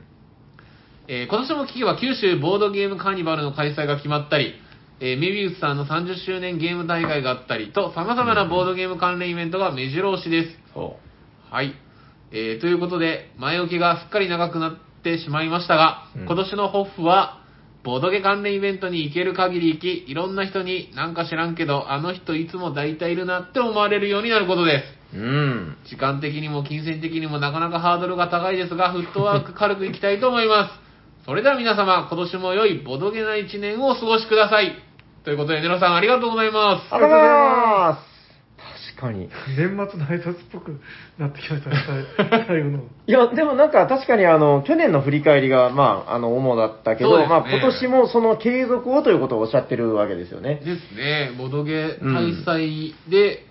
Speaker 1: えー今年も聞けば九州ボードゲームカーニバルの開催が決まったり、えーメビウスさんの30周年ゲーム大会があったりと、様々なボードゲーム関連イベントが目白押しです。
Speaker 3: そ
Speaker 1: はい。えーということで、前置きがすっかり長くなってしまいましたが、
Speaker 3: うん
Speaker 1: 今年のホッフは、ボードゲ関連イベントに行ける限り行き、いろんな人になんか知らんけど、あの人いつも大体いるなって思われるようになることです。
Speaker 3: う。うん。
Speaker 1: 時間的にも金銭的にもなかなかハードルが高いですが、フットワーク軽くいきたいと思います。それでは皆様、今年も良いボドゲな一年をお過ごしください。ということで、ネロさんありがとうございます。
Speaker 3: ありがとうございます。確かに。
Speaker 2: 年末の挨拶っぽくなってきましたね、最最後の。
Speaker 3: いや、でもなんか確かにあの、去年の振り返りが、まあ、あの、主だったけ
Speaker 1: そう
Speaker 3: ど、
Speaker 1: ですね
Speaker 3: まあ、今年もその継続をということをおっしゃってるわけですよね。
Speaker 1: ですね、ボドゲ大祭で、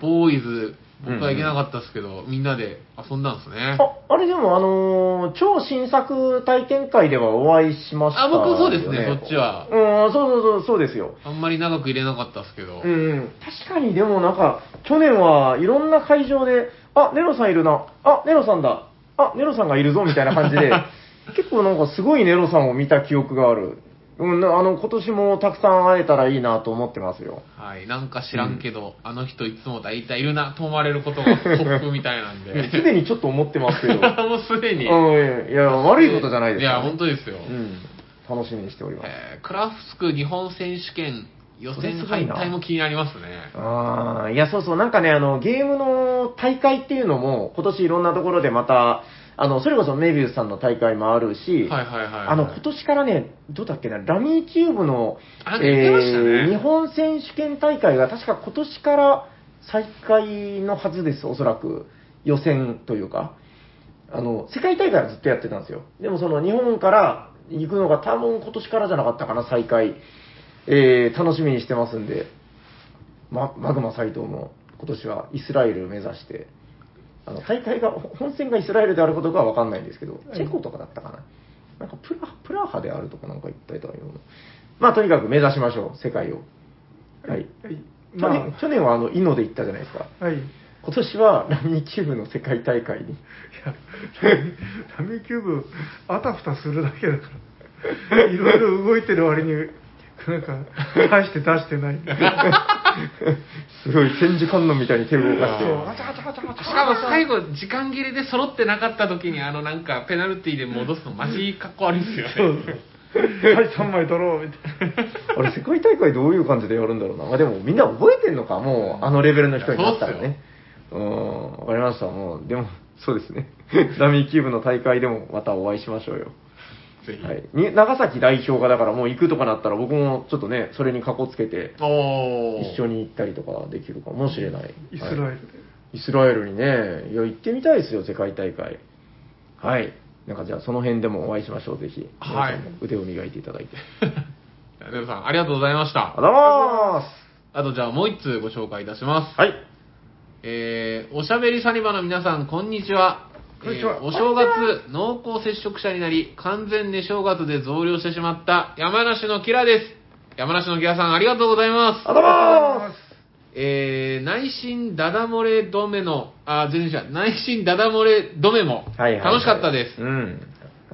Speaker 1: ボーイズ、僕は行けなかったですけど、みんなで遊んだんですね。
Speaker 3: あ、あれでもあのー超新作体験会ではお会いしました
Speaker 1: あ、
Speaker 3: よ、
Speaker 1: 僕そうですね、そっちは。
Speaker 3: うん、そうそうそう、そうですよ。
Speaker 1: あんまり長く入れなかったですけど。
Speaker 3: うんうん、確かにでもなんか、去年はいろんな会場で、あ、ネロさんいるな、あ、ネロさんだ、あ、ネロさんがいるぞみたいな感じ で、結構なんかすごいネロさんを見た記憶がある。うん、なあの、今年もたくさん会えたらいいなと思ってますよ。
Speaker 1: はい、なんか知らんけど、あの人いつも大体いるなと思われることがトップみたいなんで。
Speaker 3: すでにちょっと思ってますけ ど。う
Speaker 1: もうすで
Speaker 3: ん、い
Speaker 1: に。
Speaker 3: やいや、悪いことじゃないです
Speaker 1: いや、本当
Speaker 3: に。
Speaker 1: ですよ。
Speaker 3: うん、楽しみにしております。
Speaker 1: えークラフスク日本選手権予選敗退も気になりますね。
Speaker 3: ああ、いや、そうそう、なんかね、あの、ゲームの大会っていうのも、今年いろんなところでまた、あの、それこそメビウスさんの大会もあるし、
Speaker 1: はいはいはいはい。
Speaker 3: あの、今年からね、どうだっけな、ラミーキューブの、
Speaker 1: あ言ってましたね
Speaker 3: 日本選手権大会が確か今年から再開のはずです、おそらく。予選というか。あの、世界大会はずっとやってたんですよ。でもその日本から行くのが多分今年からじゃなかったかな、再開。えー、楽しみにしてますんで。ま、マグマ斎藤も今年はイスラエルを目指して、あの大会が、ほ本戦がイスラエルであることかは分かんないんですけど、チェコとかだったかな。なんかプラプラハであるとかなんか言ったりとかいうの。まあとにかく目指しましょう、世界を。はい。
Speaker 2: はい
Speaker 3: 去
Speaker 2: ま
Speaker 3: 年去年はあの、イノで行ったじゃないですか。
Speaker 2: あはいい
Speaker 3: 今年はラミキューブの世界大会に。
Speaker 2: やラミキューブあたふたするだけだからいろいろ動いてる割になんか大して出してない
Speaker 3: すごい千手観音みたいに手を動か
Speaker 2: そう
Speaker 3: して。
Speaker 2: あちゃあちゃあちゃあちゃ
Speaker 1: しかも最後、時間切れで揃ってなかった時に、あのなんか、ペナルティーで戻すの、マジかっこ悪いですよね。
Speaker 2: はい3枚取ろうみたいな
Speaker 3: あれ、世界大会どういう感じでやるんだろうな。まあ、でもみんな覚えてんのか、もう、あのレベルの人になったらね。うん、わかりました。もう、でも、そうですね。 ラミーキューブの大会でもまたお会いしましょうよ。
Speaker 1: ぜひ。
Speaker 3: はい。に長崎代表がだからもう行くとかなったら僕もちょっとね、それにかこつけて
Speaker 1: おー
Speaker 3: 一緒に行ったりとかできるかもしれない。
Speaker 2: イスラエルで、
Speaker 3: はいイスラエルにね、いや、行ってみたいですよ、世界大会。はい。なんかじゃあ、その辺でもお会いしましょう、ぜひ。
Speaker 1: はい
Speaker 3: 皆さんも腕を磨いていただいて。
Speaker 1: 皆さん、ありがとうございまし
Speaker 3: あ
Speaker 1: た
Speaker 3: り。がとうございます。
Speaker 1: あと、じゃあもう一通ご紹介いたします。
Speaker 3: はい。
Speaker 1: えー、おしゃべりサニバの皆さん、こんにちは。
Speaker 2: こんにちは
Speaker 1: えーお正月、濃厚接触者になり、完全寝正月で増量してしまった山梨のキラです。山梨のキラさん、ありがとうございます。
Speaker 3: ありがとうございます。
Speaker 1: えー、内心ダダ漏れ止めの、あ、全然違う、内心ダダ漏れ止めも、
Speaker 3: はいはいはい
Speaker 1: 楽しかったです。
Speaker 3: うん。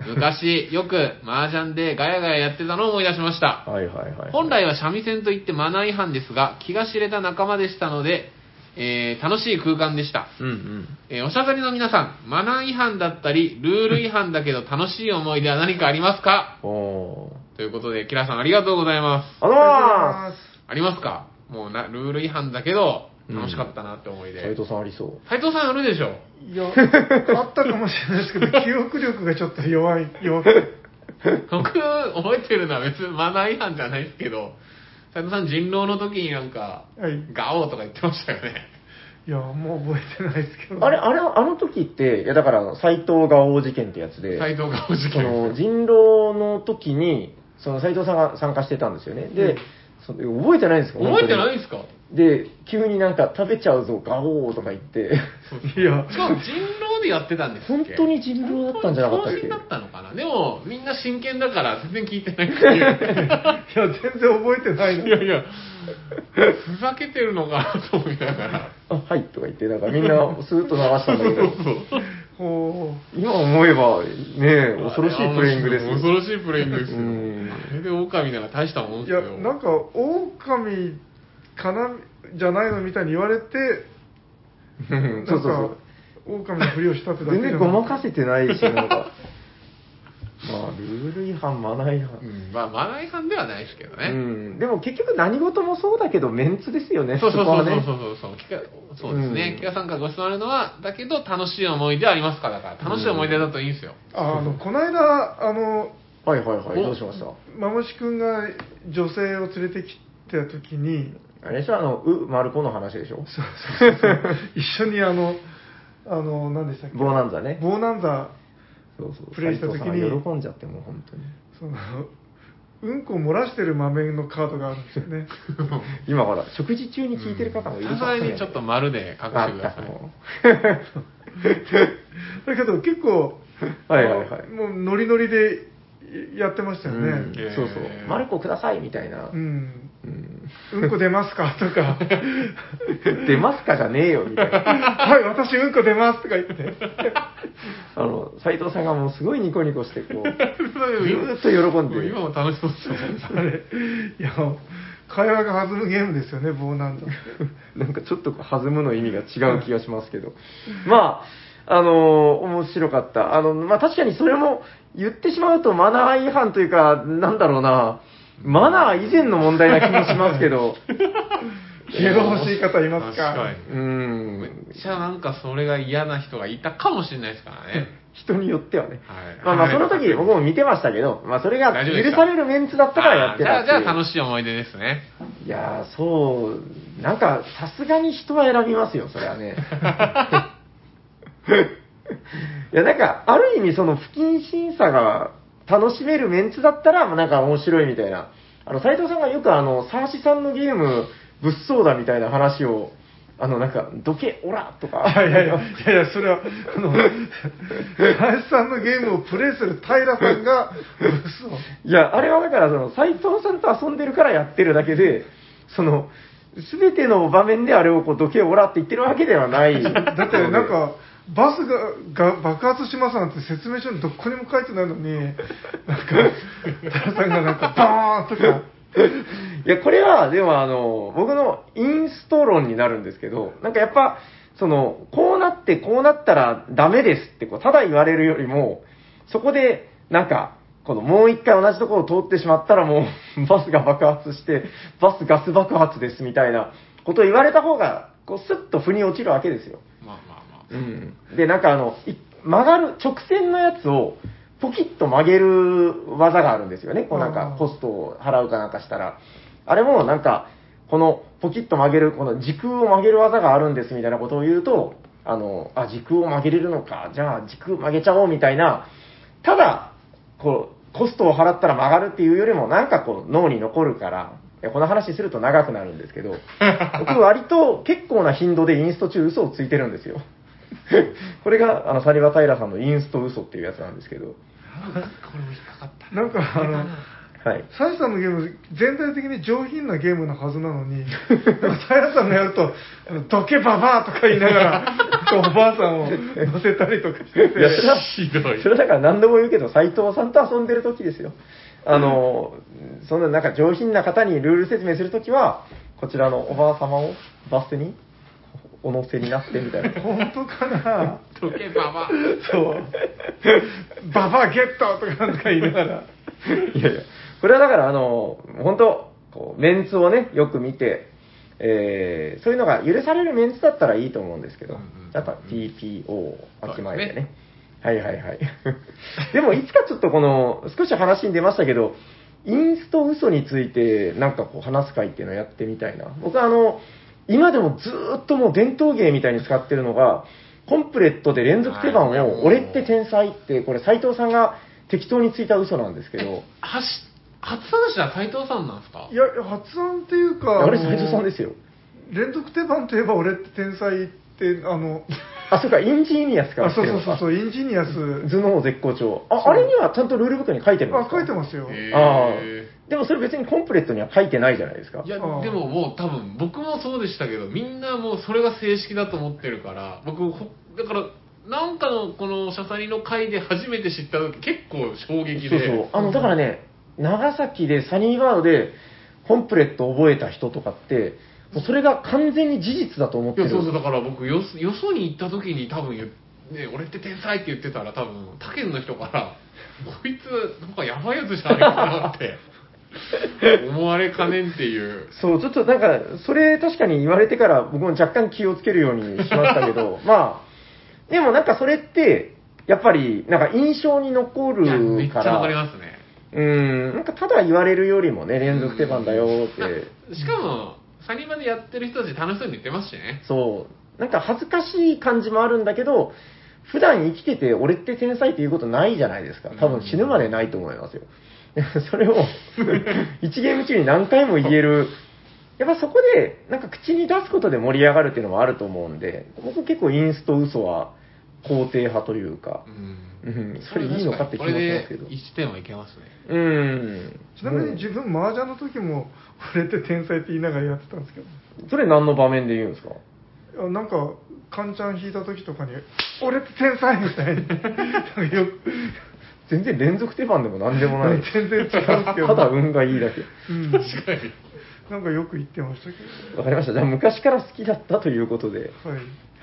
Speaker 1: 昔、よく麻雀でガヤガヤやってたのを思い出しました。
Speaker 3: はいはいはい。
Speaker 1: 本来は三味線といってマナー違反ですが、気が知れた仲間でしたので、えー、楽しい空間でした。
Speaker 3: うんうん。
Speaker 1: えーおしゃべりの皆さん、マナー違反だったり、ルール違反だけど楽しい思い出は何かありますか
Speaker 3: おー。
Speaker 1: ということで、キラさんありがとうございます。
Speaker 3: ありがとうございま
Speaker 1: ありますかもうな、ルール違反だけど、
Speaker 3: うん
Speaker 1: 楽しかったなって思い
Speaker 3: す。
Speaker 1: 出。
Speaker 3: 斎藤さんありそう。
Speaker 1: 斉藤さんあるでしょ
Speaker 2: いやあったかもしれないですけど記憶力がちょっと弱い弱くて
Speaker 1: 僕覚えてるのは別にマナー違反じゃないですけど斉藤さん人狼の時になんか
Speaker 2: はい
Speaker 1: ガオーとか言ってましたよね
Speaker 2: いやもう覚えてないですけど
Speaker 3: あれ、あれ、あの時って、いやだから、斎藤が王事件ってやつで。
Speaker 1: 斉藤がお事
Speaker 3: その
Speaker 1: 件
Speaker 3: 人狼の時に、その斉藤さんが参加してたんですよね。で、その覚えてないんですか
Speaker 1: 覚えてないいんですか
Speaker 3: で、急になんか食べちゃうぞ、ガオーとか 言って、
Speaker 2: いや
Speaker 1: しかも人狼でやってたんですっ
Speaker 3: 本
Speaker 1: け
Speaker 3: 当に人狼だったんじゃなかったっ
Speaker 1: 本当に狂人だっ
Speaker 3: け
Speaker 1: たのかなでもみんな真剣だから全然聞いてないって いう
Speaker 2: いや全然覚えてないの
Speaker 1: いやいやふざけてるのかなと思いながら
Speaker 3: あ、はいとか言って、なんかみん なスーッと流したんだけど、
Speaker 2: こ
Speaker 3: 今思えば、ねえ、恐ろしいプレイングですよ。
Speaker 1: 恐ろしいプレイングですよ
Speaker 3: うん
Speaker 1: あれで狼なら大したもん
Speaker 2: う
Speaker 1: で
Speaker 2: い
Speaker 1: す
Speaker 2: や
Speaker 1: よ
Speaker 2: なんか狼かなじゃないのみたいに言われて
Speaker 3: うんそうそうそう。
Speaker 2: なんか狼のふりをしたってだけ
Speaker 3: 全
Speaker 2: じゃ
Speaker 3: 然
Speaker 2: な
Speaker 3: ごまかせてないし、なんか。まあ、ルール違反、マナー違反。
Speaker 1: うんまあ、マナー違反ではないですけどね。
Speaker 3: うん、でも結局何事もそうだけどメンツですよね、
Speaker 1: そうそう
Speaker 3: こ
Speaker 1: そ
Speaker 3: は
Speaker 1: うそう
Speaker 3: ね
Speaker 1: そうそう、きかそうですね
Speaker 3: う。ん
Speaker 1: キラさんからご質問あるのは、だけど楽しい思い出ありますかだから、楽しい思い出だといいんですよ。
Speaker 2: ああのこの間あの
Speaker 3: はいはいはい、
Speaker 1: お
Speaker 3: どうしました
Speaker 2: マムシ君が女性を連れてきた時に
Speaker 3: あれでしょ、あの、う、マルコの話でしょ
Speaker 2: そうそうそうそう一緒にあのあの何でしたっけ
Speaker 3: ボーナンザね。
Speaker 2: ボーナンザ
Speaker 3: そうそう。
Speaker 2: プレイした時に
Speaker 3: 斉藤さんが喜んじゃってもう本当に。
Speaker 2: そのうんこ漏らしてる豆のカードがあるんですよ ね
Speaker 3: 今ほら、食事中に聞いてる方もいる
Speaker 1: さすがにちょっと丸で隠してください。
Speaker 2: だけど結構
Speaker 3: はいはいはい
Speaker 2: もうノリノリでやってました
Speaker 3: う
Speaker 2: よ
Speaker 3: ん
Speaker 2: ね
Speaker 3: そうそう
Speaker 1: え。ー
Speaker 3: マルコくださいみたいな
Speaker 2: う。ん、
Speaker 3: うん
Speaker 2: うんこ出ますかとか
Speaker 3: 出ますかじゃねえよみたいな。
Speaker 2: はい私うんこ出ますとか言って
Speaker 3: あの、斉藤さんがもうすごいニコニコして、 こう、ずーっと喜んでる
Speaker 1: 今。も楽しそう ですよね。
Speaker 2: あれいや会話が弾むゲームですよね棒なんだ
Speaker 3: なんかちょっと弾むの意味が違う気がしますけど。まあ、あのー面白かった。あの、まあ確かにそれも言ってしまうとマナー違反というか、なんだろうな、マナー以前の問題な気もしますけ ど、
Speaker 2: ゲロ欲しい方いますか
Speaker 1: 確
Speaker 3: うーん、
Speaker 1: に。じゃあなんかそれが嫌な人がいたかもしれないですからね。
Speaker 3: 人によってはね。
Speaker 1: はい
Speaker 3: まあまあその時僕も見てましたけど、まあそれが
Speaker 1: 大丈夫でし
Speaker 3: 許
Speaker 1: た
Speaker 3: されるメンツだったからやってた
Speaker 1: あ
Speaker 3: っ
Speaker 1: ー
Speaker 3: て
Speaker 1: じ
Speaker 3: い
Speaker 1: ゃ
Speaker 3: う
Speaker 1: あ、じゃあ楽しい思い出ですね。
Speaker 3: いやーそう、なんか、さすがに人は選びますよ、それは ね。いや、なんか、ある意味、その、不謹慎さが楽しめるメンツだったら、まあなんか面白いみたいな。あの、斉藤さんがよく、あの、サーシさんのゲーム、物騒だみたいな話を、あの、なんか、どけ、おらとか。
Speaker 2: いやいやいや、いやいやそれは、あの、林さんのゲームをプレイする平さんが、嘘。
Speaker 3: いや、あれはだから、その、斎藤さんと遊んでるからやってるだけで、その、すべての場面であれをこう、どけおらって言ってるわけではない。だ
Speaker 2: だってなん、か、バスがが爆発しますなんて説明書にどこにも書いてないのに、なんか、平さんがなんか、バーンとか、
Speaker 3: いや、これは、でもあの、僕のインスト論になるんですけど、なんかやっぱ、その、こうなって、こうなったらダメですって、こう、ただ言われるよりも、そこで、なんか、この、もう一回同じところを通ってしまったらもう、バスが爆発して、バスガス爆発ですみたいなことを言われた方が、こう、スッと腑に落ちるわけですよ。
Speaker 1: まあまあまあ。
Speaker 3: で、なんかあの、い曲がる、直線のやつを、ポキッと曲げる技があるんですよね。こうなん
Speaker 2: あ
Speaker 3: か
Speaker 2: ー、
Speaker 3: コストを払うかなんかしたら。あれもなんか、この、ポキッと曲げる、この時空を曲げる技があるんですみたいなことを言うと、あの、あ、時空を曲げれるのか、じゃあ時空曲げちゃおうみたいな、ただ、こう、コストを払ったら曲がるっていうよりも、なんかこう、脳に残るから、いやこの話すると長くなるんです けど、僕割と結構な頻度でインスト中嘘をついてるんですよ。これが、あの、サリバタイラさんのインスト嘘っていうやつなんですけど、
Speaker 1: これも引っかかった。
Speaker 2: なんかあの、
Speaker 3: はい。
Speaker 2: サイさんのゲーム、全体的に上品なゲームのはずなのに、なんか平さんのやると、あのどけばばーとか言いながら、こうおばあさんを乗せたりとかしてて、
Speaker 3: いやそれは
Speaker 1: ひどい
Speaker 3: それだから何度も言うけど、斎藤さんと遊んでる時ですよ。あの、そんななんか上品な方にルール説明するときは、こちらのおばあ様をバス停にお乗せになってみたいな。
Speaker 2: 本当かな
Speaker 1: どけばば。
Speaker 2: そう。ババアゲットとかなんか言いながら。
Speaker 3: いやいや、これはだから、あの、本当こう、メンツをね、よく見て、えーそういうのが許されるメンツだったらいいと思うんですけど、
Speaker 1: うんうんうん
Speaker 3: やっぱ TPO、秋前で
Speaker 1: そうです
Speaker 3: ね。
Speaker 1: ね
Speaker 3: はいはいはい。 でも、いつかちょっとこの、少し話に出ましたけど、インスト嘘について、なんかこう、話す会っていうのをやってみたいな。僕はあの、今でもずーっともう伝統芸みたいに使ってるのが、コンプレットで連続手番
Speaker 1: はいもう
Speaker 3: を、俺って天才って、これ斎藤さんが適当についた嘘なんですけど、
Speaker 1: はし、初話は斎藤さんなんですか
Speaker 2: いや、発案っていうか、
Speaker 3: あ
Speaker 2: あ
Speaker 3: れ、
Speaker 2: の
Speaker 3: 斉藤さんですよ。
Speaker 2: 連続手番といえば俺って天才って、あの、
Speaker 3: あ、そうか、インジニアスか ら
Speaker 2: あ
Speaker 3: 来て
Speaker 2: そう
Speaker 3: る
Speaker 2: そ
Speaker 3: の
Speaker 2: う
Speaker 3: か。
Speaker 2: そうそう、インジニアス。
Speaker 3: 頭脳絶好調。あ、
Speaker 2: そう
Speaker 3: あれにはちゃんとルールブックに書いてるんです
Speaker 2: あ、
Speaker 3: か
Speaker 2: 書いてますよ。
Speaker 1: へ
Speaker 3: ああ
Speaker 1: え。
Speaker 3: でもそれ別にコンプレットには書いてないじゃないですか。
Speaker 1: いや、で
Speaker 2: ああ
Speaker 1: ももう多分、僕もそうでしたけど、みんなもうそれが正式だと思ってるから、僕、ほだから、なんかのこのシャサリの回で初めて知った時、結構衝撃
Speaker 3: そう
Speaker 1: で。
Speaker 3: そう。あの、だからね、長崎でサニーバードでコンプレットを覚えた人とかって、もうそれが完全に事実だと思っ
Speaker 1: い
Speaker 3: て
Speaker 1: や
Speaker 3: る。
Speaker 1: そうそうだから僕よそよそに行った時に多分言っね、俺って天才って言ってたら多分他県の人から「こいつなんかやばいやつじゃないかな」って思われかねんっていう
Speaker 3: そう、ちょっとなんか、それ確かに言われてから僕も若干気をつけるようにしました けど、まあ、でもなんかそれって、やっぱり、なんか印象に残
Speaker 1: いやめ
Speaker 3: る
Speaker 1: っち
Speaker 3: か
Speaker 1: ゃ
Speaker 3: ら、
Speaker 1: わかりますね
Speaker 3: うん、なんかただ言われるよりもね、連続手番だよって、
Speaker 1: あしかもサニバでやってる人たち楽しそうに言ってますしね
Speaker 3: そう、なんか恥ずかしい感じもあるんだけど、普段生きてて、俺って天才っていうことないじゃないですか。多分死ぬまでないと思いますよ。 そ れを、一ゲーム中に何回も言える。やっぱそこで、なんか口に出すことで盛り上がるっていうのもあると思うんで、僕結構インスト嘘は肯定派というか
Speaker 1: う、ん
Speaker 3: うん、それいいのかって気
Speaker 1: こ
Speaker 3: も
Speaker 1: れ
Speaker 3: しますけ
Speaker 1: で
Speaker 3: ど。
Speaker 1: 1点はいけます ね
Speaker 3: うん。
Speaker 2: ちなみに自分、麻雀の時も、俺って天才って言いながらやってたんですけ
Speaker 3: それ何の場面で言うんですか
Speaker 2: ど、あなんか、カンちゃん引いた時とかに、俺って天才みたいに、なんかよく、
Speaker 3: 全然連続手番でも何でもない。
Speaker 2: 全然違うんですけど、
Speaker 3: ただ運がいいだけ。
Speaker 2: うん、
Speaker 1: 確かに
Speaker 2: なんかよく言ってましたけ
Speaker 3: わかりました。じゃあ昔から好きだったということで。
Speaker 2: ど、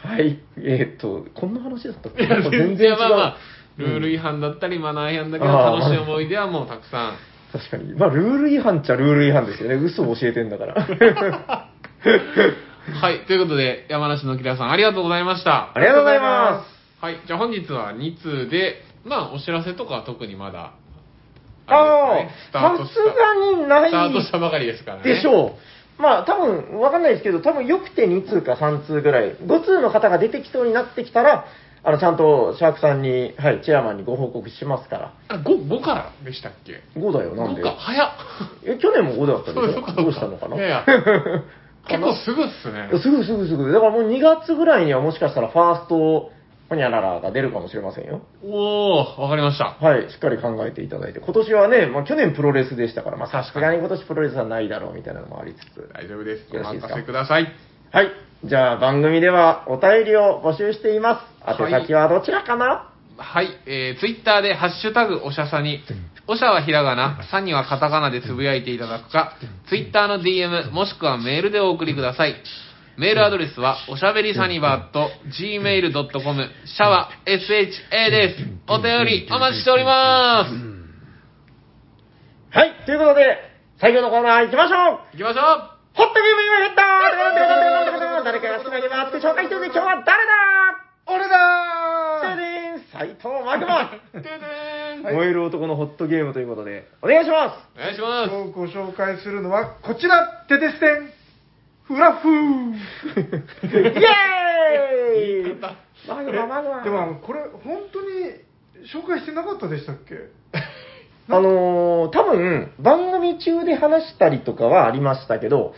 Speaker 2: はい。
Speaker 3: はい。えーっと、こんな話だったっけ
Speaker 1: いや全然まあまあ
Speaker 3: うん
Speaker 1: ルール違反だったりマナー違反だけ
Speaker 3: ああ
Speaker 1: ど楽しい思い出はもうたくさん
Speaker 3: 確かに。まあ、ルール違反っちゃルール違反ですよね。嘘を教えてんだから。
Speaker 1: はいということで山梨のキラさんありがとうございました
Speaker 3: ありがとうございま
Speaker 1: はい、じゃあ本日は2通で、まあお知らせとかは特にまだ、
Speaker 3: す。 あ
Speaker 1: あ
Speaker 3: あ、
Speaker 1: れ
Speaker 3: さ
Speaker 1: ですすね
Speaker 3: がに
Speaker 1: スタートしたスタートした
Speaker 3: な
Speaker 1: ばかりですから
Speaker 3: い
Speaker 1: ね。
Speaker 3: でし
Speaker 1: う。
Speaker 3: ょう。まあ、多分、わかんないですけど、多分、よくて2通か3通ぐらい。5通の方が出てきそうになってきたら、あの、ちゃんと、シャークさんに、はい、チェアマンにご報告しますから。
Speaker 1: あ、5、5からでしたっけ
Speaker 3: 5だよ、なん
Speaker 1: ?5
Speaker 3: で。
Speaker 1: か、早っ。
Speaker 3: え、去年も5だったでし
Speaker 1: そう
Speaker 3: ょ
Speaker 1: かそうか
Speaker 3: どうしたのかない
Speaker 1: やいや
Speaker 3: か
Speaker 1: 結
Speaker 3: な
Speaker 1: 構すぐっすね。
Speaker 3: すぐすぐすぐ。だからもう2月ぐらいにはもしかしたらファースト、ほにゃららが出るかもしれませんよ。
Speaker 1: おー、わかりました。
Speaker 3: はい、しっかり考えていただいて。今年はね、まあ去年プロレスでしたから、まあ
Speaker 1: 確かに
Speaker 3: さすがに今年プロレスはないだろうみたいなのもありつつ。
Speaker 1: 大丈夫です。お
Speaker 3: よろしい
Speaker 1: 任
Speaker 3: ですか
Speaker 1: せください。
Speaker 3: はい、じゃあ番組ではお便りを募集しています。宛先はどちらかな、
Speaker 1: はい、えー、ツイッターでハッシュタグおしゃさに、おしゃはひらがな、さにはカタカナでつぶやいていただくか、ツイッターの DM もしくはメールでお送りください。メールアドレスは、おしゃべりサニバーと gmail.com、シャワ SHA です。お便りお待ちしております。
Speaker 3: はい、ということで、最後のコーナー行きましょう
Speaker 1: 行きましょ
Speaker 3: ホットゲーム今やった誰かが好きなゲームをって紹介してるで今日は誰だ俺だーで斎藤マグマ
Speaker 1: うてーん
Speaker 3: 燃える男のホットゲームということで、お願いしま
Speaker 1: お願いしま
Speaker 2: 今日ご紹介するのはこちらテテステンフラフ ー
Speaker 3: すイエーイ
Speaker 1: 言い方
Speaker 3: マグママグマ
Speaker 2: でもあのこれ本当に紹介してなかったでしたっけ
Speaker 3: あのー、多分、番組中で話したりとかはありましたけど、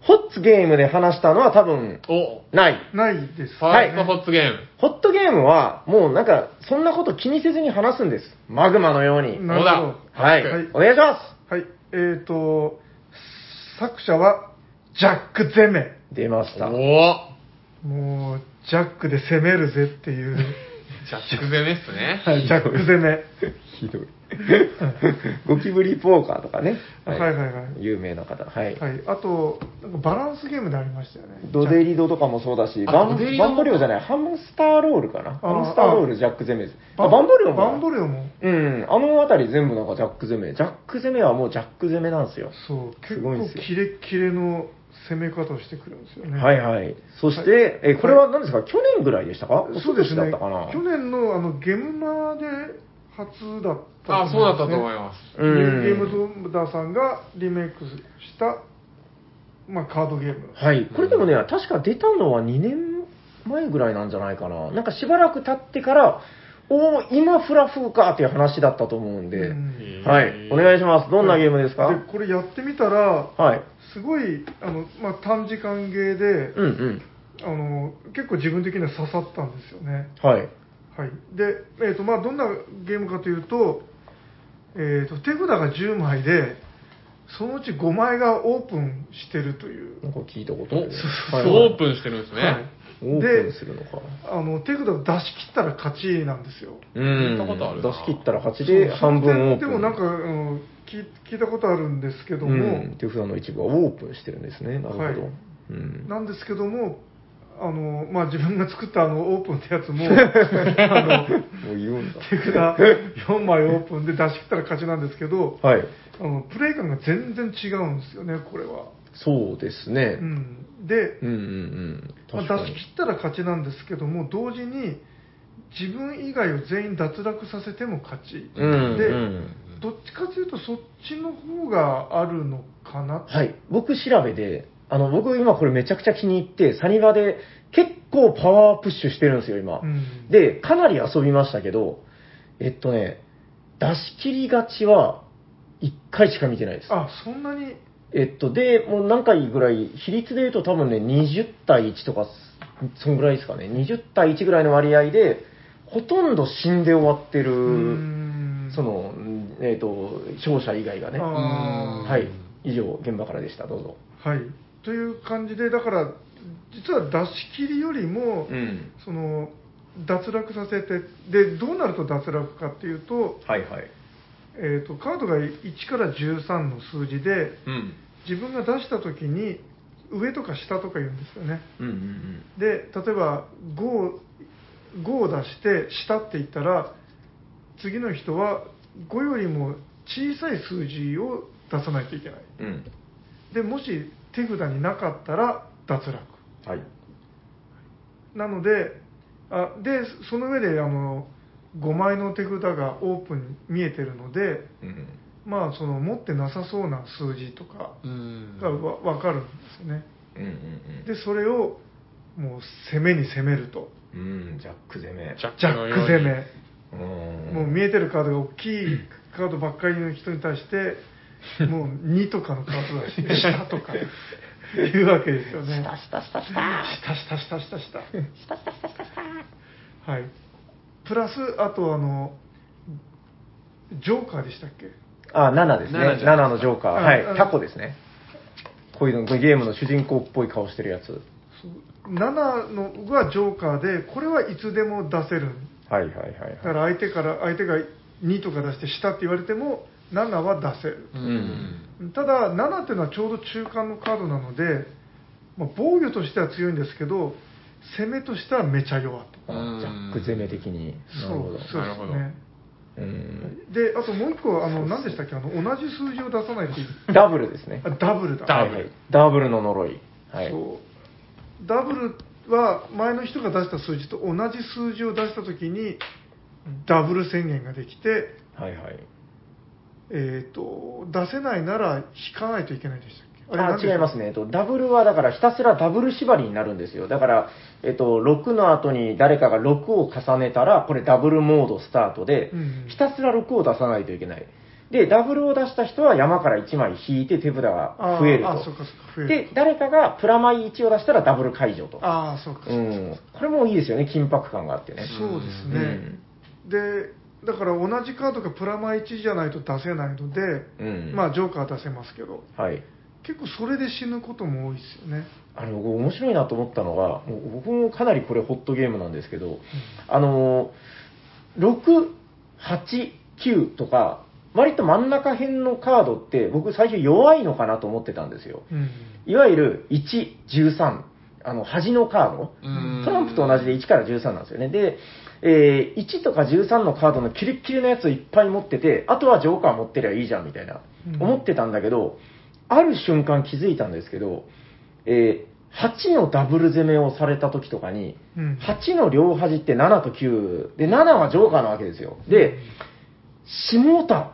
Speaker 3: ホッツゲームで話したのは多分、
Speaker 1: す。お、
Speaker 3: ない。
Speaker 2: ないです
Speaker 1: ファ
Speaker 3: はい
Speaker 1: ーストホットゲーム。
Speaker 3: ホットゲームは、もうなんか、そんなこと気にせずに話すんです。マグマのように。
Speaker 2: なるほど
Speaker 1: 小田
Speaker 3: はい
Speaker 2: はい。
Speaker 3: お願いしま
Speaker 2: はいえーと作者はジャック・ゼメ
Speaker 3: す。出ました。
Speaker 1: お
Speaker 2: もうジャックで攻めるぜって いう、
Speaker 1: ジャック攻めっすね。
Speaker 2: はい、ジャック攻め
Speaker 3: ひどい。ゴキブリポーカーとかね。
Speaker 2: はいはいはい
Speaker 3: 有名な方。はい。
Speaker 2: はい、あと、なんかバランスゲームでありましたよね。
Speaker 3: ドデリドとかもそうだし、
Speaker 1: あ
Speaker 3: バン
Speaker 1: ドデリド
Speaker 3: バンボリオじゃない、ハムスターロールかな。
Speaker 2: あー
Speaker 3: ハムスターロール、ジャック・ゼメです。
Speaker 2: ジャ
Speaker 3: あ、バンボリオも。
Speaker 2: バンボリオも。
Speaker 3: うん、あのあたり全部なんかジャック・ゼメ。ジャック・ゼメはもうジャック・ゼメなんですよ。
Speaker 2: そう、結
Speaker 3: すごいん
Speaker 2: 構
Speaker 3: ですよ
Speaker 2: キレッキレの攻め方をしてくるんですよね。
Speaker 3: はいはい。そして、え、これは何ですか去年ぐらいでしたか
Speaker 2: そうですね。
Speaker 3: おととしだったかな
Speaker 2: 去年のあのゲムマで初だった
Speaker 1: あ、そうだったと思います。
Speaker 2: すね。ニューゲームゾンダーさんがリメイクした、まあ、カードゲーム。
Speaker 3: はい、これでもね、確か出たのは2年前ぐらいなんじゃないかな、なんかしばらく経ってから、おお、今、フラフーかっていう話だったと思うんで、
Speaker 2: うん
Speaker 3: はい、お願いします、どんなゲームですか、
Speaker 2: でこれやってみたら、
Speaker 3: はい、
Speaker 2: すごいあの、まあ、短時間ゲーで、
Speaker 3: うんうん、
Speaker 2: あの結構自分的には刺さったんですよね。
Speaker 3: はい、
Speaker 2: はい、で、えーとまあ、どんなゲームかというと,、えー、と手札が10枚でそのうち5枚がオープンしてるという、
Speaker 3: なんか聞いたこと
Speaker 1: お、
Speaker 3: ある、はい
Speaker 1: オープンしてるんですね。
Speaker 2: はい
Speaker 3: オープンするのか、
Speaker 2: あの手札を出し切ったら勝ちなんですよ
Speaker 3: う
Speaker 1: 聞いたことあ
Speaker 3: ん、
Speaker 1: る
Speaker 3: 出
Speaker 1: な
Speaker 3: し切ったら勝ちで半分オープン、
Speaker 2: でもなんか、あの聞聞いたことあるんですけども、
Speaker 3: うん、手札の一部はオープンしてるんですね、なるほど、
Speaker 2: はい
Speaker 3: うん、
Speaker 2: なんですけどもあの、まあ、自分が作ったあのオープンってやつもあ の
Speaker 3: もう言うんだ、
Speaker 2: 手札4枚オープンで出し切ったら勝ちなんですけど
Speaker 3: はい、
Speaker 2: あのプレイ感が全然違うんですよねこれは。
Speaker 3: そうですね
Speaker 2: う、ん、で、
Speaker 3: うん、うん、うん、
Speaker 2: ま
Speaker 3: 確か
Speaker 2: あ、出し
Speaker 3: に
Speaker 2: 切。ったら勝ちなんですけども同時に自分以外を全員脱落させても勝ち、
Speaker 3: うん
Speaker 2: で、
Speaker 3: うん
Speaker 2: どっちかというとそっちの方があるのかなって、
Speaker 3: はい、僕調べで、あの僕今これめちゃくちゃ気に入って、サニバで結構パワープッシュしてるんですよ、今
Speaker 2: う。ん、
Speaker 3: で、かなり遊びましたけど、えっとね、出し切り勝ちは1回しか見てないです。
Speaker 2: あそんなに
Speaker 3: えっと、で、もう何回ぐらい、比率で言うと多分ね、20対1とか、そんぐらいですかね、20対1ぐらいの割合で、ほとんど死んで終わって
Speaker 2: う
Speaker 3: る、
Speaker 2: ん
Speaker 3: その、うんえっと、勝者以外がね。
Speaker 2: あー
Speaker 3: はい、以上、現場からでした、どうぞ。
Speaker 2: はいという感じでだから実は出し切りよりも、
Speaker 3: うん、
Speaker 2: その脱落させてでどうなると脱落かっていうと,、
Speaker 3: はいはい。
Speaker 2: えー、とカードが1から13の数字で
Speaker 1: うん。
Speaker 2: 自分が出した時に上とか下とか言うんですよね
Speaker 3: うんうん
Speaker 2: で例えば5を5を出して下って言ったら次の人は5よりも小さい数字を出さないといけない
Speaker 3: うん。うん。
Speaker 2: でもし手札になかったら脱落
Speaker 3: はい。
Speaker 2: なのであでその上であの5枚の手札がオープンに見えてるので
Speaker 3: うん。
Speaker 2: まあその持ってなさそうな数字とか
Speaker 1: うん。
Speaker 2: がわ分かるんですよね、
Speaker 3: うんうん
Speaker 2: でそれをもう攻めに攻めると
Speaker 3: うん。うん、ジャック攻め。
Speaker 1: ジャッ
Speaker 2: ジャ
Speaker 1: の
Speaker 2: ッ
Speaker 1: よ
Speaker 2: ク
Speaker 1: うに
Speaker 2: 攻め、
Speaker 3: う。
Speaker 2: もうん見えてるカードが大きいカードばっかりの人に対してもう2とかのカード出して下とかいうわけですよね。
Speaker 4: したしたしたした。
Speaker 2: したしたしたしたした。はい。プラス、あとあの、ジョーカーでしたっけ
Speaker 3: あ、7ですね。
Speaker 1: 7
Speaker 3: 7,
Speaker 1: じゃない
Speaker 3: のジョーカー。
Speaker 2: うんう
Speaker 3: は
Speaker 2: ん
Speaker 3: い。タコですね。こういうの、ゲームの主人公っぽい顔してるやつ。
Speaker 2: そう7のがジョーカーで、これはいつでも出せる。
Speaker 3: はいはいはい
Speaker 2: だか
Speaker 3: はい。
Speaker 2: ら相手から、相手が2とか出して、したって言われても、7は出せる。
Speaker 1: うんん。
Speaker 2: ただ、7っていうのはちょうど中間のカードなので、まあ、防御としては強いんですけど、攻めとしてはめちゃ弱と。
Speaker 3: あ
Speaker 1: うん
Speaker 3: ジャック攻め的に。なるほど。
Speaker 2: そう
Speaker 1: なる
Speaker 2: です
Speaker 1: ほど
Speaker 2: ね。
Speaker 3: うん。
Speaker 2: で、あともう一個、あの、何でしたっけ、あの、同じ数字を出さないといい。
Speaker 3: ダブルですね
Speaker 2: あ。ダブルだ。
Speaker 1: ダ
Speaker 3: は
Speaker 1: ブ
Speaker 3: い
Speaker 1: ル
Speaker 3: はい。ダブルの呪い。はい。
Speaker 2: そうダブルは前の人が出した数字と同じ数字を出したときにダブル宣言ができて、
Speaker 3: はいはい。
Speaker 2: えー、と出せないなら引かないといけないでしたっけ
Speaker 3: あ
Speaker 2: 何でした
Speaker 3: 違いますね、えっと、ダブルはだからひたすらダブル縛りになるんですよ、だから、えっと、6の後に誰かが6を重ねたら、これ、ダブルモードスタートで、
Speaker 2: うん
Speaker 3: ひたすら6を出さないといけない、でダブルを出した人は山から1枚引いて手札が増える
Speaker 2: あーあそうかそうか増
Speaker 3: と、
Speaker 2: える
Speaker 3: で誰かがプラマイ1を出したらダブル解除と、
Speaker 2: ああそうかそううか、
Speaker 3: ん、これもいいですよね、緊迫感があってね。
Speaker 2: そうです
Speaker 3: う
Speaker 2: ね
Speaker 3: ん、
Speaker 2: でだから同じカードがプラマイ1じゃないと出せないので、
Speaker 3: うん
Speaker 2: まあジョーカーは出せますけど
Speaker 3: はい
Speaker 2: 結構それで死ぬことも多いですよね
Speaker 3: あの僕面白いなと思ったのが、もう僕もかなりこれホットゲームなんですけど、あの6、8、9とか、割と真ん中辺のカードって、僕最初弱いのかなと思ってたんですよ。
Speaker 2: うん
Speaker 3: いわゆる1、13、あの端のカード、
Speaker 1: うん
Speaker 3: トランプと同じで1から13なんですよね。で、えー1とか13のカードのキレッキレのやつをいっぱい持ってて、あとはジョーカー持ってりゃいいじゃんみたいな
Speaker 2: う、ん
Speaker 3: 思ってたんだけど、ある瞬間気づいたんですけど、えー8のダブル攻めをされた時とかに、
Speaker 2: うん
Speaker 3: 8の両端って7と9、で、7はジョーカーなわけですよ。で、下田、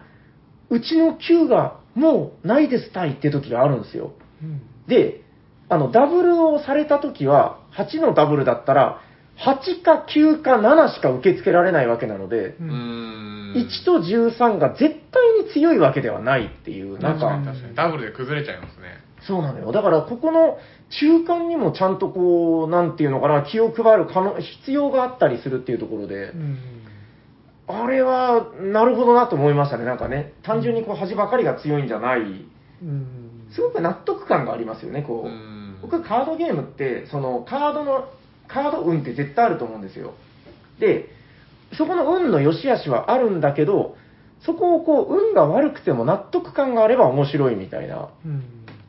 Speaker 3: うちの9がもうないですたいって時があるんですよ。
Speaker 2: うん
Speaker 3: で、あの、ダブルをされたときは、8のダブルだったら、8か9か7しか受け付けられないわけなので、
Speaker 1: う
Speaker 2: う
Speaker 1: んん。
Speaker 3: 1と13が絶対に強いわけではないっていう、なん
Speaker 2: 確かに
Speaker 3: か、
Speaker 1: 確かにダブルで崩れちゃいますね。
Speaker 3: そうなのよ。だから、ここの中間にもちゃんとこう、なんていうのかな、気を配る可能、必要があったりするっていうところで、
Speaker 2: うん
Speaker 3: あれは、なるほどなと思いましたね。なんかね、単純にこう、端ばかりが強いんじゃない、
Speaker 2: うん
Speaker 3: すごく納得感がありますよね、こう。
Speaker 1: うん
Speaker 3: 僕はカードゲームってそのカードのカード運って絶対あると思うんですよでそこの運の良し悪しはあるんだけどそこをこう運が悪くても納得感があれば面白いみたいな
Speaker 2: うん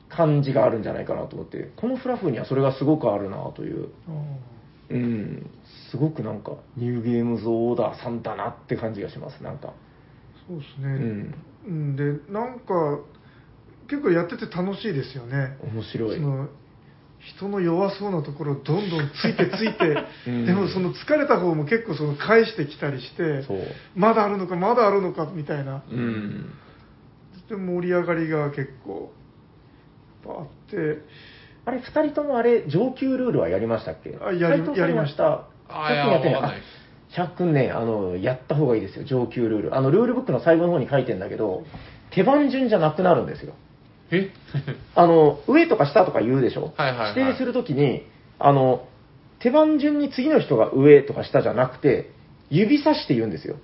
Speaker 3: 感じがあるんじゃないかなと思ってこのフラフにはそれがすごくあるなという
Speaker 2: あー
Speaker 3: うんすごくなんかニューゲームズオーダーさんだなって感じがしますなんか
Speaker 2: そうです
Speaker 3: う
Speaker 2: ね、
Speaker 3: ん
Speaker 2: うんでなんか結構やってて楽しいですよね
Speaker 3: 面白い
Speaker 2: その人の弱そうなところをどんどんついてついて、
Speaker 3: うん
Speaker 2: でもその疲れた方も結構その返してきたりして
Speaker 3: そう
Speaker 2: まだあるのかまだあるのかみたいな
Speaker 3: うん
Speaker 2: で盛り上がりが結構やっぱあって
Speaker 3: あれ、二人ともあれ、上級ルールはやりましたっけ
Speaker 2: あやり
Speaker 3: 斉藤さん
Speaker 2: やりました。
Speaker 3: さ
Speaker 1: あ
Speaker 3: っ
Speaker 1: ー
Speaker 3: きやって
Speaker 1: いやわかん
Speaker 3: な
Speaker 1: ないい。
Speaker 3: あシャックンね、あの、やった方がいいですよ、上級ルール。あの、ルールブックの最後の方に書いてんだけど、手番順じゃなくなるんですよ。
Speaker 1: え
Speaker 3: あの、上とか下とか言うでしょ
Speaker 1: はいはいはい
Speaker 3: 指定するときに、あの、手番順に次の人が上とか下じゃなくて、指さして言うんですよ。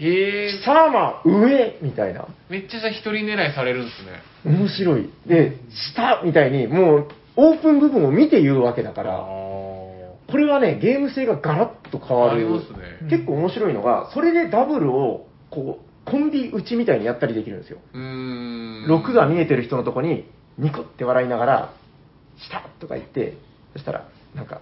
Speaker 1: え
Speaker 3: 貴様、上みたいな。
Speaker 1: ー、めっちゃじゃあ一人狙いされるんですね。
Speaker 3: 面白い。で、下みたいに、もう、オープン部分を見て言うわけだから、これはね、ゲーム性がガラッと変わる。
Speaker 1: ありますね
Speaker 3: 結構面白いのが、それでダブルを、こう、コンビ打ちみたいにやったりできるんですよ。
Speaker 1: うーん。
Speaker 3: 6が見えてる人のとこに、ニコって笑いながら、したとか言って、そしたら、なんか、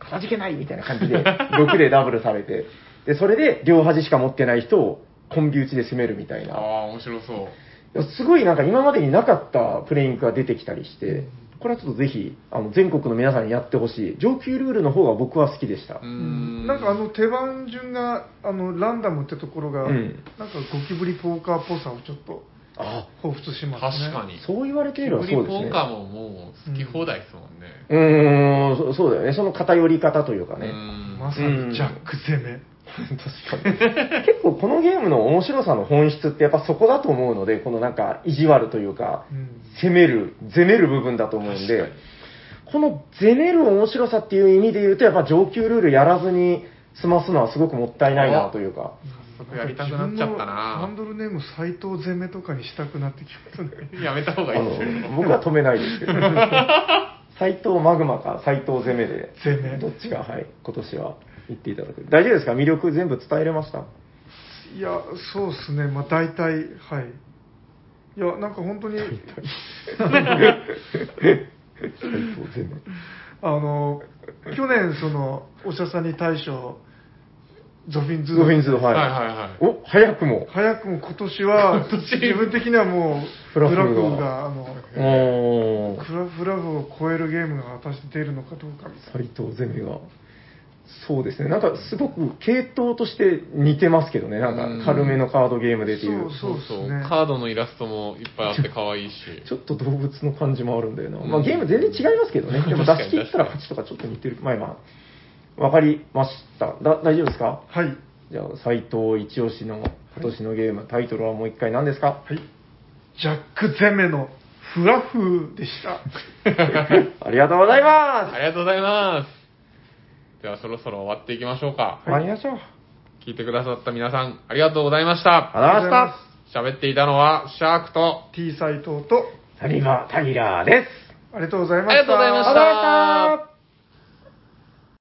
Speaker 3: かたじけないみたいな感 じで、6でダブルされて、で、それで両端しか持ってない人を、コンビ打ちで攻めるみたい
Speaker 1: あ
Speaker 3: な。
Speaker 1: あ、面白そう。
Speaker 3: すごいなんか今までになかったプレイングが出てきたりして、これはちょっとぜひ、あの、全国の皆さんにやってほしい。上級ルールの方が僕は好きでした。
Speaker 1: うーん。
Speaker 2: なんかあの手番順があのランダムってところが、
Speaker 3: うん
Speaker 2: なんかゴキブリポーカーっぽさをちょっと
Speaker 3: あ、
Speaker 2: 彷彿しますね
Speaker 1: 確かに。
Speaker 3: そう言われていれば
Speaker 1: フ
Speaker 3: そう
Speaker 1: リ
Speaker 3: で
Speaker 1: ポ
Speaker 3: すね
Speaker 1: ー。カーももう好き放題ですもんね。
Speaker 3: うーん、そそうだよね。その偏り方というか
Speaker 1: うー
Speaker 3: ね。
Speaker 1: ん。
Speaker 2: まさにジャック攻め、
Speaker 3: は確かに。結構このゲームの面白さの本質ってやっぱそこだと思うので、このなんか意地悪というか、
Speaker 2: うん
Speaker 3: 攻める、攻める部分だと思うんで、この攻める面白さっていう意味で言うと、やっぱ上級ルールやらずに済ますのはすごくもったいないなというか。
Speaker 1: 早速やりたくなっちゃった
Speaker 2: 自分のハン
Speaker 1: な
Speaker 2: ドルネーム斎藤攻めとかにしたくなってきますね
Speaker 1: やめた方
Speaker 3: あ
Speaker 1: がいいですよ
Speaker 3: の僕は止めない ですけど。斎藤マグマか斎藤攻めで、
Speaker 2: 攻め
Speaker 3: どっちが、はい、今年は言っていただく。大丈夫ですか魅力全部伝えれました
Speaker 2: いやそうですねまあ大体はいいやなんか本当に
Speaker 3: 斎藤攻め。
Speaker 2: あの去年そのおしゃさんに大賞ゾフィンズ
Speaker 3: ゾフィンズ、はい。
Speaker 1: はいはいはい
Speaker 3: お、早くも。
Speaker 2: 早くも今年は
Speaker 1: 今年
Speaker 2: 自分的にはもう
Speaker 3: フ
Speaker 2: フ
Speaker 3: ラ
Speaker 2: ラ
Speaker 3: フ
Speaker 2: フ
Speaker 3: ルが
Speaker 2: ルがあの
Speaker 3: おー
Speaker 2: フラフラフを超えるゲームが果たして出るのかどうかみたい
Speaker 3: 斎藤ゼミが。そうですね。なんかすごく系統として似てますけどね。なんか軽めのカードゲームでっていう。
Speaker 2: そうですね
Speaker 1: カードのイラストもいっぱいあって可愛いし
Speaker 3: ちょっと動物の感じもあるんだよな。
Speaker 1: うん
Speaker 3: まあゲーム全然違いますけどね。でも
Speaker 1: 確か
Speaker 3: 出
Speaker 1: に
Speaker 3: し切ったら勝ちとかちょっと似てる。まあまあ、わかりました。だ大丈夫ですか
Speaker 2: なはい
Speaker 3: じゃあ、斎藤一押しの今年のゲーム、タイトルはもう一回何ですか
Speaker 2: はいジャック・ゼメのフラフーでした
Speaker 3: ありがとうございま
Speaker 1: ありがとうございますではそろそろ終わっていきましょうか
Speaker 3: す。参りましょう。
Speaker 1: 聞いてくださった皆さんありがとうございました
Speaker 3: ありがとうございま
Speaker 1: 喋っていたのはシャークと
Speaker 2: T 斎藤と
Speaker 3: す。タリバー・タイラーです。
Speaker 2: ありがとうございました
Speaker 1: ありがとうございました
Speaker 3: ありがとうございました